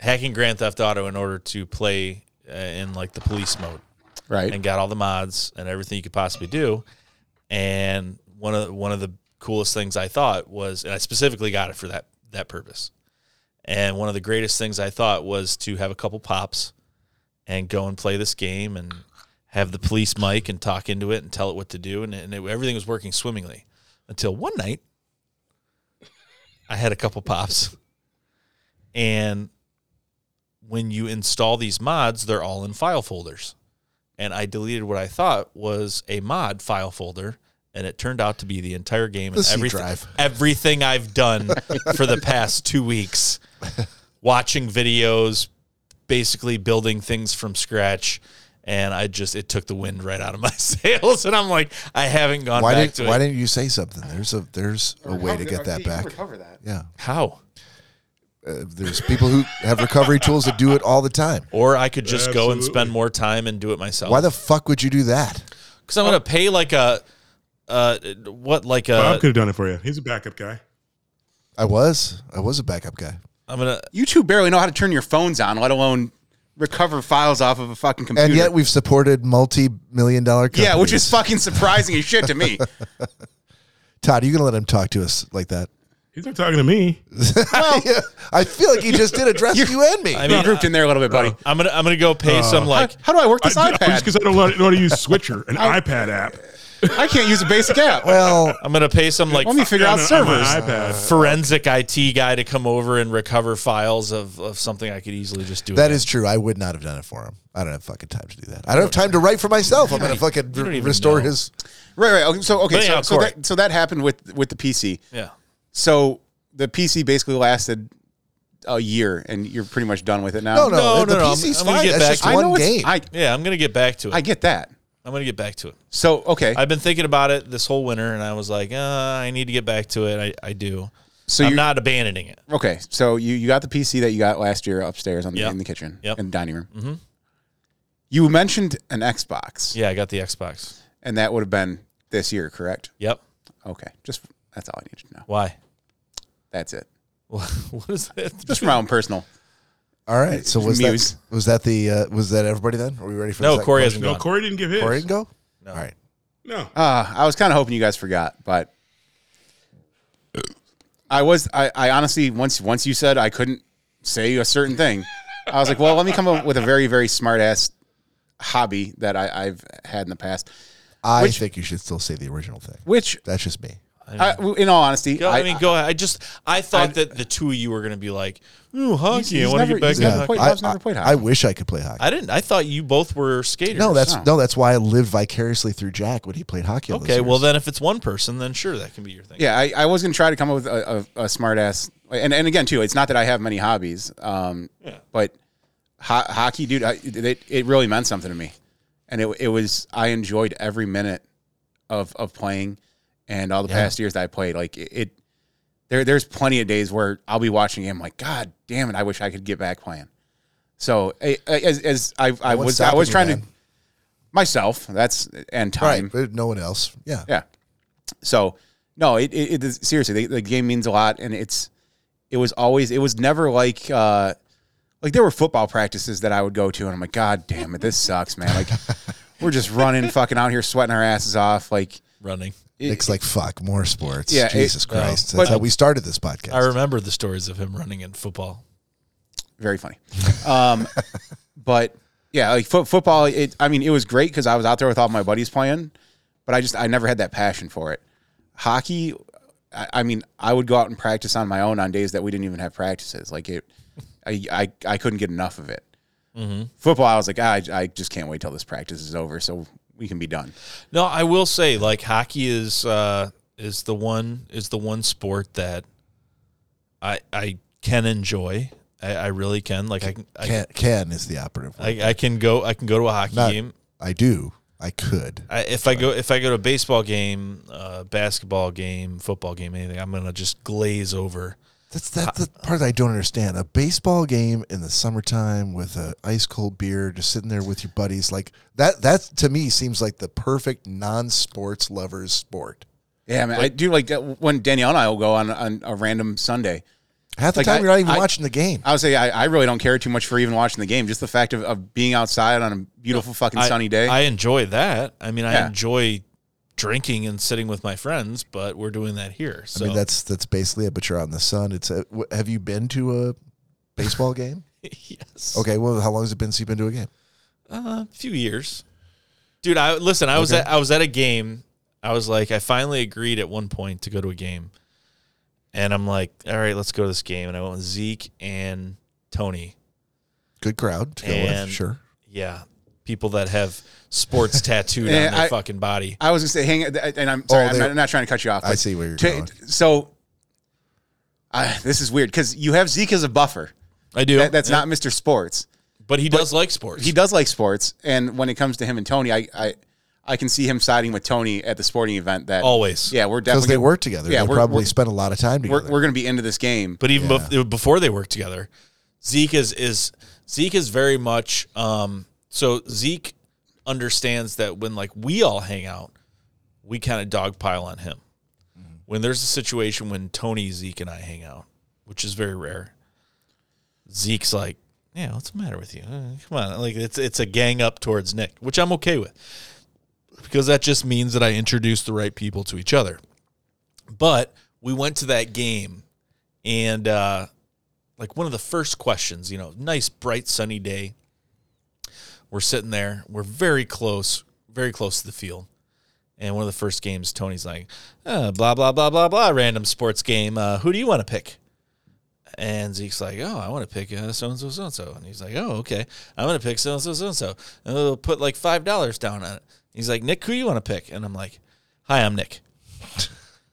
D: hacking Grand Theft Auto in order to play uh, in like the police mode,
B: Right.
D: And got all the mods and everything you could possibly do. And one of one of the coolest things I thought was, and I specifically got it for that that purpose. And one of the greatest things I thought was to have a couple pops and go and play this game and have the police mic and talk into it and tell it what to do. And, and it- everything was working swimmingly until one night I had a couple pops. And when you install these mods, they're all in file folders. And I deleted what I thought was a mod file folder. And it turned out to be the entire game
A: The
D: and
A: C
D: everything,
A: drive.
D: everything I've done for the past two weeks watching videos, basically building things from scratch. And I just, it took the wind right out of my (laughs) sails. And I'm like, I haven't gone
A: why
D: back
A: didn't
D: to
A: why
D: it.
A: didn't you say something there's a there's a way to
B: Recover-
A: get
B: you
A: that
B: can
A: back
B: recover that.
A: yeah
D: how
A: uh, there's people who have recovery tools that do it all the time
D: Or I could just go and
A: Absolutely.
D: spend more time and do it myself.
A: why the fuck would you do that
D: Because I'm going to pay like a, uh, what, like a.
C: Bob could have done it for you. He's a backup guy.
A: i was i was a backup guy
D: I'm gonna.
B: You two barely know how to turn your phones on, let alone recover files off of a fucking computer.
A: and yet we've supported multi-million dollar companies.
B: yeah,
A: (laughs)
B: which is fucking surprising as shit to me.
A: todd are you gonna let him talk to us like that (laughs)
C: He's not talking to me.
A: I feel like he just did address you and me.
D: (laughs) I mean,
B: grouped in there a little bit, buddy.
D: I'm gonna I'm gonna go pay
B: Uh.
D: some like
B: how, do I work this iPad?
C: because I don't know how to use Switcher, an iPad app.
B: I can't use a
A: (laughs)
B: basic app.
A: Well,
D: I'm gonna pay some like
B: Let me figure out
D: f-
B: servers.
D: Uh, forensic IT guy to come over and recover files of, of something I could easily just do.
A: That is true. I would not have done it for him. I don't have fucking time to do that. I don't have time to write for myself. I'm gonna fucking
D: you don't even
A: restore
D: know.
A: his.
B: Right, right. Okay, So okay,
D: But
B: so,
D: anyhow,
B: so
D: Corey.
B: that so that happened with with the PC.
D: Yeah.
B: So the PC basically lasted a year, and you're pretty much done with it now.
A: No, no, No, the no, no, PC's I'm- I'm gonna fine. get That's back just to it. one
B: I know it's-
A: game.
B: I,
D: yeah, I'm gonna get back to it.
B: I get that.
D: I'm gonna get back to it.
B: So okay,
D: I've been thinking about it this whole winter, and I was like, uh, I need to get back to it. I, I do.
B: So
D: So I'm
B: you're-
D: not abandoning it.
B: okay. So you you got the PC that you got last year upstairs on the,
D: Yep.
B: in the kitchen,
D: Yep.
B: in the dining room.
D: Mhm.
B: You mentioned an Xbox,
D: Yeah, I got the Xbox.
B: and that would have been this year, correct?
D: Yep.
B: Okay, just that's all I needed to know.
D: Why? (laughs)
B: That's it.
D: What what is that?
B: Just from my own personal.
A: All right. So was
B: Muse.
A: that was that the uh, was that everybody then? Are we ready for?
D: No,
A: the second
D: Corey
A: question?
D: hasn't
C: No, Corey didn't give his.
A: Corey can go. All right.
C: No.
B: Uh, I was kind of hoping you guys forgot, but I was. I, I honestly once once you said I couldn't say a certain thing, I was like, well, let me come up with a very very smart ass hobby that I, I've had in the past.
A: I
B: Which-
A: think you should still say the original thing.
B: Which
A: That's just me.
B: I, in all honesty,
D: Go, I,
B: I,
D: mean, go ahead. I just I thought that the two of you were going to be like, "Ooh,
B: He's-
D: hockey!
B: he's
D: I want to
B: never-
D: get back
B: he's
D: to
B: never
D: hockey."
B: played- Bob's never played
A: Uh, I,
B: hockey.
A: I wish I could play hockey.
D: I didn't. I thought you both were skaters.
A: no, that's no, that's why I lived vicariously through Jack when he played hockey. All
D: okay. Well, then if it's one person, then sure, that can be your thing.
B: yeah, I, I was gonna try to come up with a, a, a smart ass, and and again too, it's not that I have many hobbies, um, but ho- hockey, dude, I, it, it really meant something to me, and it it was I enjoyed every minute of of playing, and all the
A: Yeah.
B: past years that I played, like it. it there, there's plenty of days where I'll be watching him like, God damn it, I wish I could get back playing. So I- I- as, as I, I
A: what's
B: was I
A: stopping
B: was
A: you,
B: trying
A: man?
B: to myself. That's and time.
A: Right, but no one else. Yeah.
B: Yeah. So no, it, it, it is seriously the, the game means a lot, and it's it was always it was never like uh like there were football practices that I would go to, and I'm like, God damn it, this sucks, man. Like we're just running, fucking out here, sweating our asses off, like
D: running.
A: Nick's like, fuck, more sports.
B: Yeah, it-
A: Jesus
B: no,
A: Christ.
B: but-
A: That's how we started this podcast.
D: I remember the stories of him running in football.
B: very funny. Um, (laughs) but yeah, like fo- football. It, I mean, it was great because I was out there with all my buddies playing, but I just I never had that passion for it. Hockey. I, I mean, I would go out and practice on my own on days that we didn't even have practices. Like it, I I, I couldn't get enough of it.
D: Mhm.
B: Football, I was like, ah, I I just can't wait till this practice is over so we can be done.
D: No, I will say like hockey is uh, is the one is the one sport that I I can enjoy. I, I really can. Like I can I
A: Can, can is the operative word.
D: I, I can go. I can go to a hockey
A: Not-
D: game.
A: I do. I could.
D: I, if I go, if I go to a baseball game, uh, basketball game, football game, anything, I'm gonna just glaze over.
A: That's that's the part I don't understand. A baseball game in the summertime with a ice cold beer, just sitting there with your buddies, like that. That to me seems like the perfect non-sports lovers sport.
B: Yeah, man, I do like uh, when Danielle and I will go on, on a random Sunday.
A: Half the
B: Like,
A: time
B: I-
A: you're not even
B: I-
A: watching the game.
B: I would say I, I really don't care too much for even watching the game. Just the fact of, of being outside on a beautiful fucking
D: I-
B: sunny day.
D: I enjoy that. I mean, I
B: Yeah.
D: enjoy drinking and sitting with my friends, but we're doing that here. So
A: I mean, that's that's basically it. But you're out in the sun. It's a, wh- have you been to a baseball
B: (laughs)
A: game?
D: (laughs) yes.
A: Okay. Well, how long has it been since you've been to a game?
D: Uh, a few years, dude. I listen. I was
A: Okay.
D: at I was at a game. I was like, I finally agreed at one point to go to a game, and I'm like, all right, let's go to this game. And I went with Zeke and Tony,
A: Good crowd to go with.
D: And-
A: Sure.
D: yeah, people that have sports (laughs) tattooed on
B: Yeah,
D: their
B: I-
D: fucking body.
B: I was gonna say, hang, and I'm sorry, I'm,
A: Oh, they-
B: not, I'm not trying to cut you off.
A: I
B: but
A: see where you're going.
B: So, I this is weird because you have Zeke as a buffer.
D: I do.
B: That- that's
D: Yeah.
B: not Mr. Sports.
D: but he does like sports.
B: He does like sports, and when it comes to him and Tony, I, I, I can see him siding with Tony at the sporting event. That
D: Always.
B: yeah, we're
A: Because
B: definitely
A: they work together.
B: Yeah,
A: they
B: we're,
A: probably
B: we're,
A: spend a lot of time together.
B: we're, we're gonna be into this game.
D: But even
A: Yeah.
D: bef- before they worked together, Zeke is, is Zeke is very much um, so Zeke understands that when like we all hang out, we kind of dogpile on him. When there's a situation when Tony, Zeke, and I hang out, which is very rare, Zeke's like, "Yeah, what's the matter with you? Uh, Come on!" Like it's it's a gang up towards Nick, which I'm okay with because that just means that I introduced the right people to each other. But we went to that game and uh, like one of the first questions, you know, nice bright sunny day. We're sitting there. We're very close, very close to the field. And one of the first games, Tony's like, uh, blah blah blah blah blah, random sports game. Uh, who do you want to pick? And Zeke's like, oh, I want to pick so and so so and so. And he's like, oh, okay, I'm gonna pick so and so so and so. And they'll put like five dollars down on it. He's like, Nick, who do you want to pick? And I'm like, hi, I'm Nick. (laughs)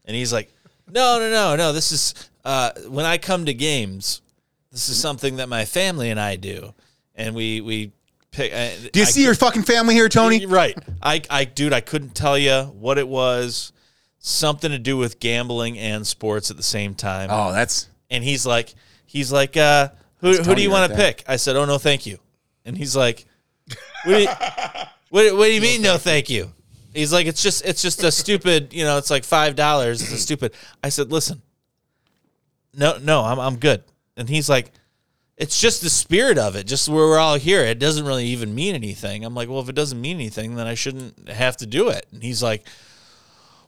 D: And he's like, "No, no, no, no. This is uh, when I come to games. This is something that my family and I do, and we we pick." uh, I,
B: Do you see your fucking family here, Tony?
D: Right. I, I, dude, I couldn't tell you what it was. Something to do with gambling and sports at the same time.
B: Oh, that's
D: And he's like, he's like, uh, who, who do
B: Tony
D: you
B: right
D: want
B: there.
D: to pick? I said, oh no, thank you. And he's like, what (laughs) do you, what, what do you mean no thank you? He's like, it's just it's just a stupid, you know, it's like five dollars. (clears throat) It's a stupid. I said, listen, no, no, I'm I'm good. And he's like, it's just the spirit of it, just where we're all here. It doesn't really even mean anything. I'm like, well, if it doesn't mean anything, then I shouldn't have to do it. And he's like,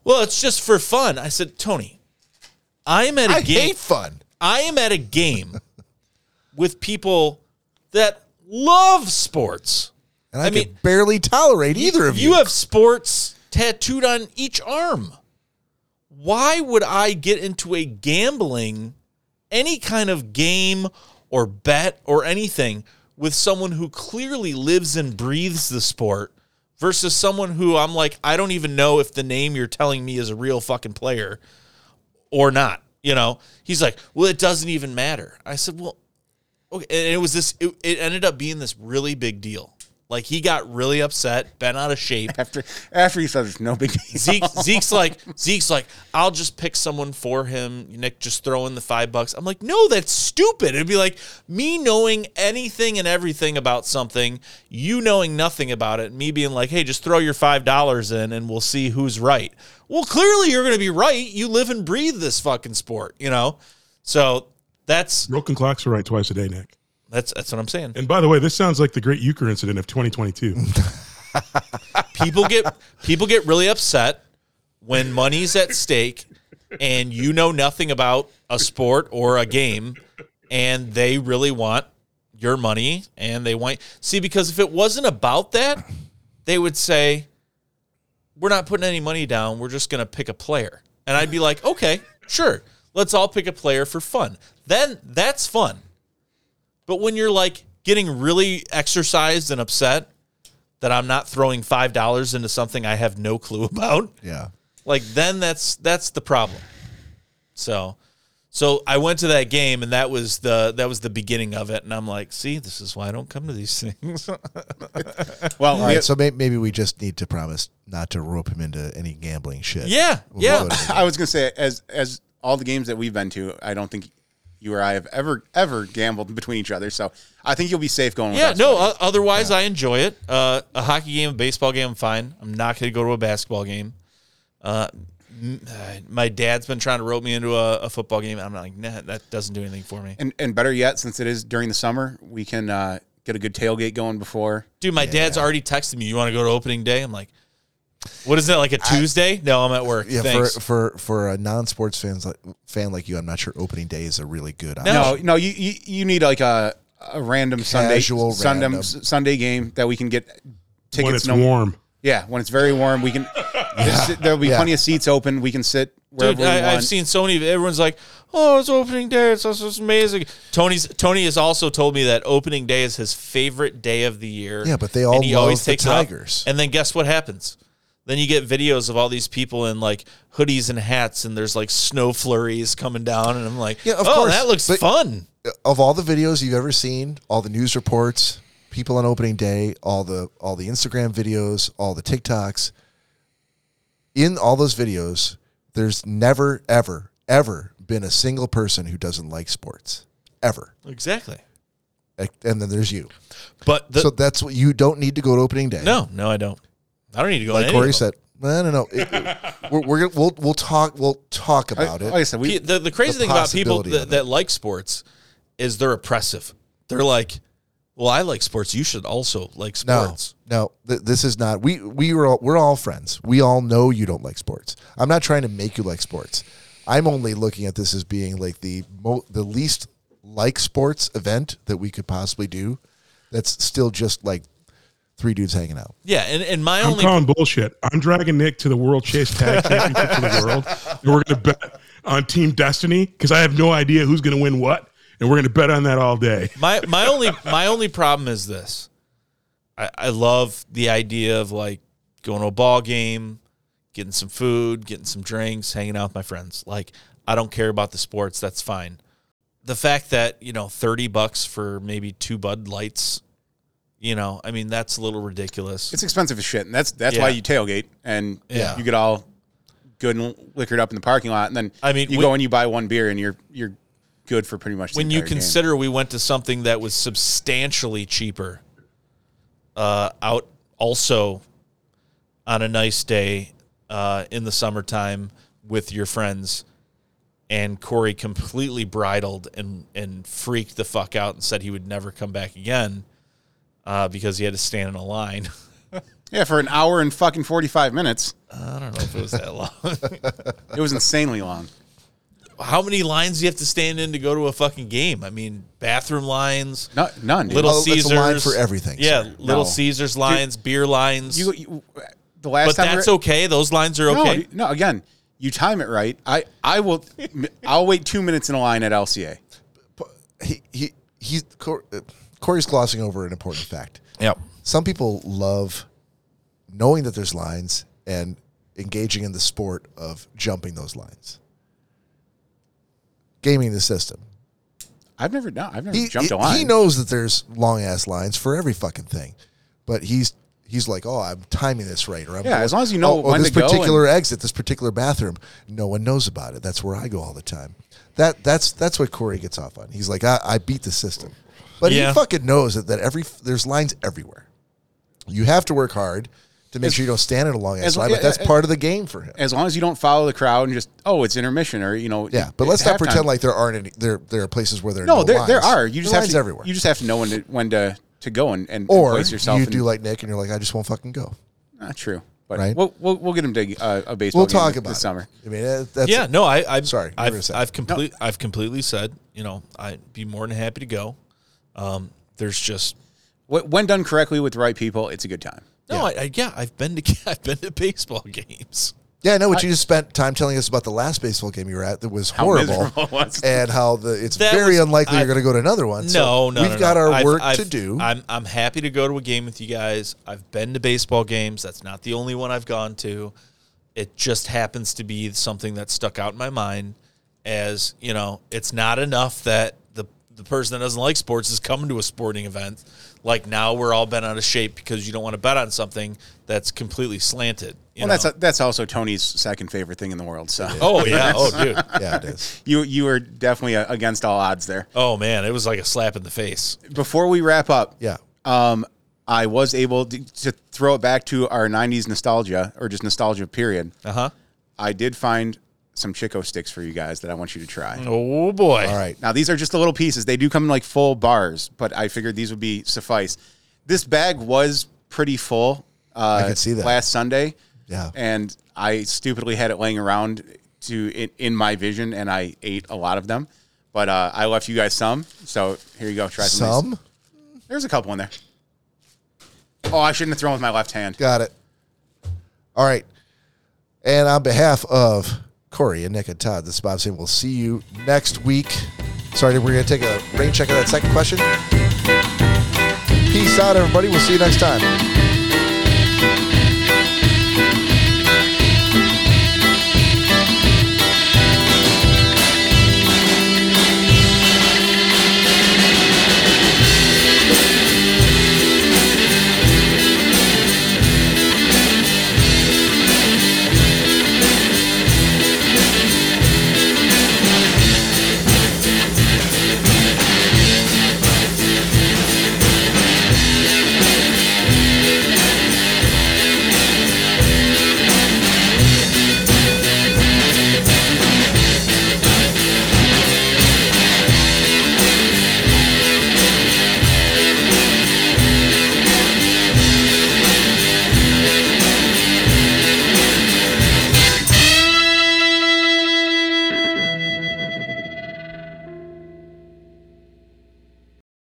D: well, it's just for fun. I said, Tony, I am at a
A: I
D: game.
A: hate fun.
D: I am at a game (laughs) with people that love sports.
A: And I,
D: I
A: can
D: mean-
A: barely tolerate either of you.
D: You have sports tattooed on each arm. Why would I get into a gambling, any kind of game or bet or anything with someone who clearly lives and breathes the sport versus someone who I'm like, I don't even know if the name you're telling me is a real fucking player or not? You know, he's like, well, it doesn't even matter. I said, well, okay. And it was this, it, it ended up being this really big deal. Like he got really upset, bent out of shape
B: after after he says it's no big deal.
D: Zeke Zeke's like Zeke's like I'll just pick someone for him. Nick just throw in the five bucks. I'm like, no, that's stupid. It'd be like me knowing anything and everything about something, you knowing nothing about it, and me being like, hey, just throw your five dollars in and we'll see who's right. Well, clearly you're gonna be right. You live and breathe this fucking sport, you know. So that's
C: Broken clocks are right twice a day, Nick.
D: that's that's what I'm saying.
C: And by the way, this sounds like the Great Euchre incident of 2022.
D: people get people get really upset when money's at stake and you know nothing about a sport or a game and they really want your money and they want see because if it wasn't about that they would say we're not putting any money down we're just going to pick a player and i'd be like okay sure let's all pick a player for fun then that's fun but when you're like getting really exercised and upset that I'm not throwing five dollars into something I have no clue (laughs) about,
A: Yeah.
D: like then that's that's the problem. So so I went to that game and that was the that was the beginning of it and I'm like, see, this is why I don't come to these (laughs) things.
B: (laughs) well,
A: All right, so may- maybe we just need to promise not to rope him into any gambling shit. We'll go to-
B: I was gonna say, as as all the games that we've been to, I don't think you or I have ever ever gambled between each other. So I think you'll be safe going. with
D: (laughs) yeah,
B: us.
D: no. Uh, otherwise, I enjoy it. Uh, a hockey game, a baseball game, I'm fine. I'm not going to go to a basketball game. Uh, m- uh, my dad's been trying to rope me into a, a football game. and I'm like, nah, that doesn't do anything for me.
B: and and better yet, since it is during the summer, we can uh, get a good tailgate going before.
D: Dude, my dad's already texted me. You want to go to opening day? I'm like, what is that like a Tuesday? no, I'm at work.
A: yeah,
D: Thanks.
A: for for for a non-sports fans like, fan like you, I'm not sure opening day is a really good option.
B: No, no, you you, you need like a a random Sunday
A: Casual
B: Sunday
A: random.
B: Sunday game that we can get tickets.
C: When it's
B: no-
C: warm.
B: Yeah, when it's very warm, we can. there's- There'll be
A: (laughs) Yeah.
B: plenty of seats open. We can sit wherever
D: Dude,
B: we want.
D: I, I've seen so many. Everyone's like, "Oh, it's opening day. It's, it's, it's amazing." Tony's Tony has also told me that opening day is his favorite day of the year.
A: Yeah, but they all
D: and he
A: love
D: always
A: the
D: takes it off.
A: Tigers.
D: And then guess what happens? Then you get videos of all these people in like hoodies and hats, and there's like snow flurries coming down, and I'm like,
A: Yeah, of
D: "Oh,
A: course,
D: that looks
A: but-
D: fun."
A: Of all the videos you've ever seen, all the news reports, people on opening day, all the all the Instagram videos, all the TikToks, in all those videos, there's never ever ever been a single person who doesn't like sports ever.
D: Exactly.
A: And then there's you.
D: But the,
A: so that's what you don't need to go to opening day.
D: no, no, I don't. I don't need to go.
A: like
D: to
A: Corey
D: any
A: said, I don't know. It- it- we're, we're gonna, we'll we'll talk we'll talk about it.
B: like I said, we,
D: Pe- the, the crazy
A: the
D: thing about people
A: possibility of
D: that,
A: it.
D: that like sports is they're oppressive. They're like, well, I like sports. You should also like
A: no,
D: sports.
A: no, th- this is not. We we were all, we're all friends. We all know you don't like sports. I'm not trying to make you like sports. I'm only looking at this as being like the mo- the least like sports event that we could possibly do. That's still just like three dudes hanging out.
D: Yeah, and, and my
C: I'm
D: only
C: calling bullshit. I'm dragging Nick to the World Chase Tag Championship for the world, and we're going to bet on Team Destiny because I have no idea who's going to win what, and we're going to bet on that all day.
D: my my only my only problem is this. I, I love the idea of like going to a ball game, getting some food, getting some drinks, hanging out with my friends. Like I don't care about the sports. That's fine. The fact that you know thirty bucks for maybe two Bud Lights, you know, I mean that's a little ridiculous.
B: it's expensive as shit, and that's that's why
D: Yeah.
B: you tailgate and
D: Yeah.
B: you get all good and liquored up in the parking lot, and then
D: I mean,
B: you
D: when-
B: go and you buy one beer, and you're you're good for pretty much the
D: when you
B: entire game.
D: consider we went to something that was substantially cheaper uh, out also on a nice day uh, in the summertime with your friends and corey completely bridled and, and freaked the fuck out and said he would never come back again uh, because he had to stand in a line (laughs)
B: yeah, for an hour and fucking forty five minutes,
D: i don't know if it was that long (laughs)
B: it was insanely long.
D: how many lines do you have to stand in to go to a fucking game i mean bathroom lines
B: No, none. Dude.
D: Little
A: Oh, that's
D: Caesars
A: a line for everything,
D: Yeah,
A: sir.
D: Little
B: No.
D: Caesars lines, beer lines.
B: You, you- the last
D: but
B: time we
D: that's
B: were-
D: okay. Those lines are
B: No,
D: okay.
B: dude, no, again, you time it right. I I will. (laughs) I'll wait two minutes in a line at LCA.
A: He he he's Cor- uh, Corey's glossing over an important fact.
D: Yep.
A: some people love knowing that there's lines and engaging in the sport of jumping those lines. Gaming the system.
B: I've never done. I've never
A: He,
B: jumped
A: he-
B: a line.
A: he knows that there's long ass lines for every fucking thing. but he's he's like, oh, I'm timing this right, or I'm
B: Yeah, as long as you know
A: oh, oh,
B: when
A: this
B: to go
A: particular exit, this particular bathroom, no one knows about it. That's where I go all the time. That that's that's what Corey gets off on. He's like, I, I beat the system, but
D: Yeah.
A: he fucking knows that, that every there's lines everywhere. You have to work hard to make
B: As-
A: sure you don't stand in a long ass
B: as-
A: line, but that's
B: yeah,
A: part of the game for him.
B: As long as you don't follow the crowd and just oh, it's intermission or you know.
A: Yeah, but
B: it-
A: let's not
B: halftime.
A: pretend like there aren't any. There there are places where there are
B: no,
A: no,
B: there,
A: lines.
B: there are. You just
A: There are
B: have
A: lines
B: to
A: everywhere.
B: You just have to know when to when to, to go and, and
A: or
B: place yourself.
A: you
B: and-
A: do like Nick, and you're like, I just won't fucking go.
B: Not true. But
A: Right?
B: we'll, we'll we'll get him to uh, a baseball.
A: We'll
B: game
A: talk
B: this-
A: about
B: this
A: it.
B: summer.
A: I mean, that- that's
D: yeah, no, I, I'm
A: sorry. you were
D: I've,
A: saying.
D: I've complete, I've completely said, you know, I'd be more than happy to go. Um, there's just
B: Wh- When done correctly with the right people, it's a good time.
D: no, I, I, yeah, I've been to, (laughs) I've been to baseball games.
A: yeah, I know. But
D: I-
A: you just spent time telling us about the last baseball game you were at that was
D: How
A: horrible,
D: miserable it was.
A: and how the it's
D: That
A: very
D: was-
A: unlikely
D: I-
A: you're going to go to another one.
D: No,
A: so
D: no,
A: we've
D: no,
A: got
D: no.
A: our
D: I've-
A: work
D: I've-
A: to do.
D: I'm I'm happy to go to a game with you guys. I've been to baseball games. That's not the only one I've gone to. It just happens to be something that stuck out in my mind. As you know, it's not enough that the the person that doesn't like sports is coming to a sporting event. Like now, we're all bent out of shape because you don't want to bet on something that's completely slanted. You
B: Well,
D: know?
B: that's that's also Tony's second favorite thing in the world. So.
D: Oh, yeah. Oh, dude.
A: Yeah, it is.
B: You you were definitely uh, against all odds there.
D: Oh man, it was like a slap in the face.
B: Before we wrap up, (laughs)
A: yeah,
B: um, I was able to, to throw it back to our '90s nostalgia or just nostalgia period.
D: Uh
A: Uh-huh.
D: huh.
B: I did find some Chico sticks for you guys that I want you to try.
D: Oh boy!
A: All right.
B: Now these are just the little pieces. They do come in like full bars, but I figured these would be suffice. This bag was pretty full. Uh,
A: I could see that.
B: last Sunday.
A: Yeah.
B: and I stupidly had it laying around to in, in my vision, and I ate a lot of them. But uh, I left you guys some, so here you go. Try some. of these.
A: Some
B: There's a couple in there. Oh, I shouldn't have thrown with my left hand.
A: got it. All right, and on behalf of Corey and Nick and Todd, this is Bob saying we'll see you next week. Sorry, we're going to take a rain check on that second question. Peace out, everybody. We'll see you next time.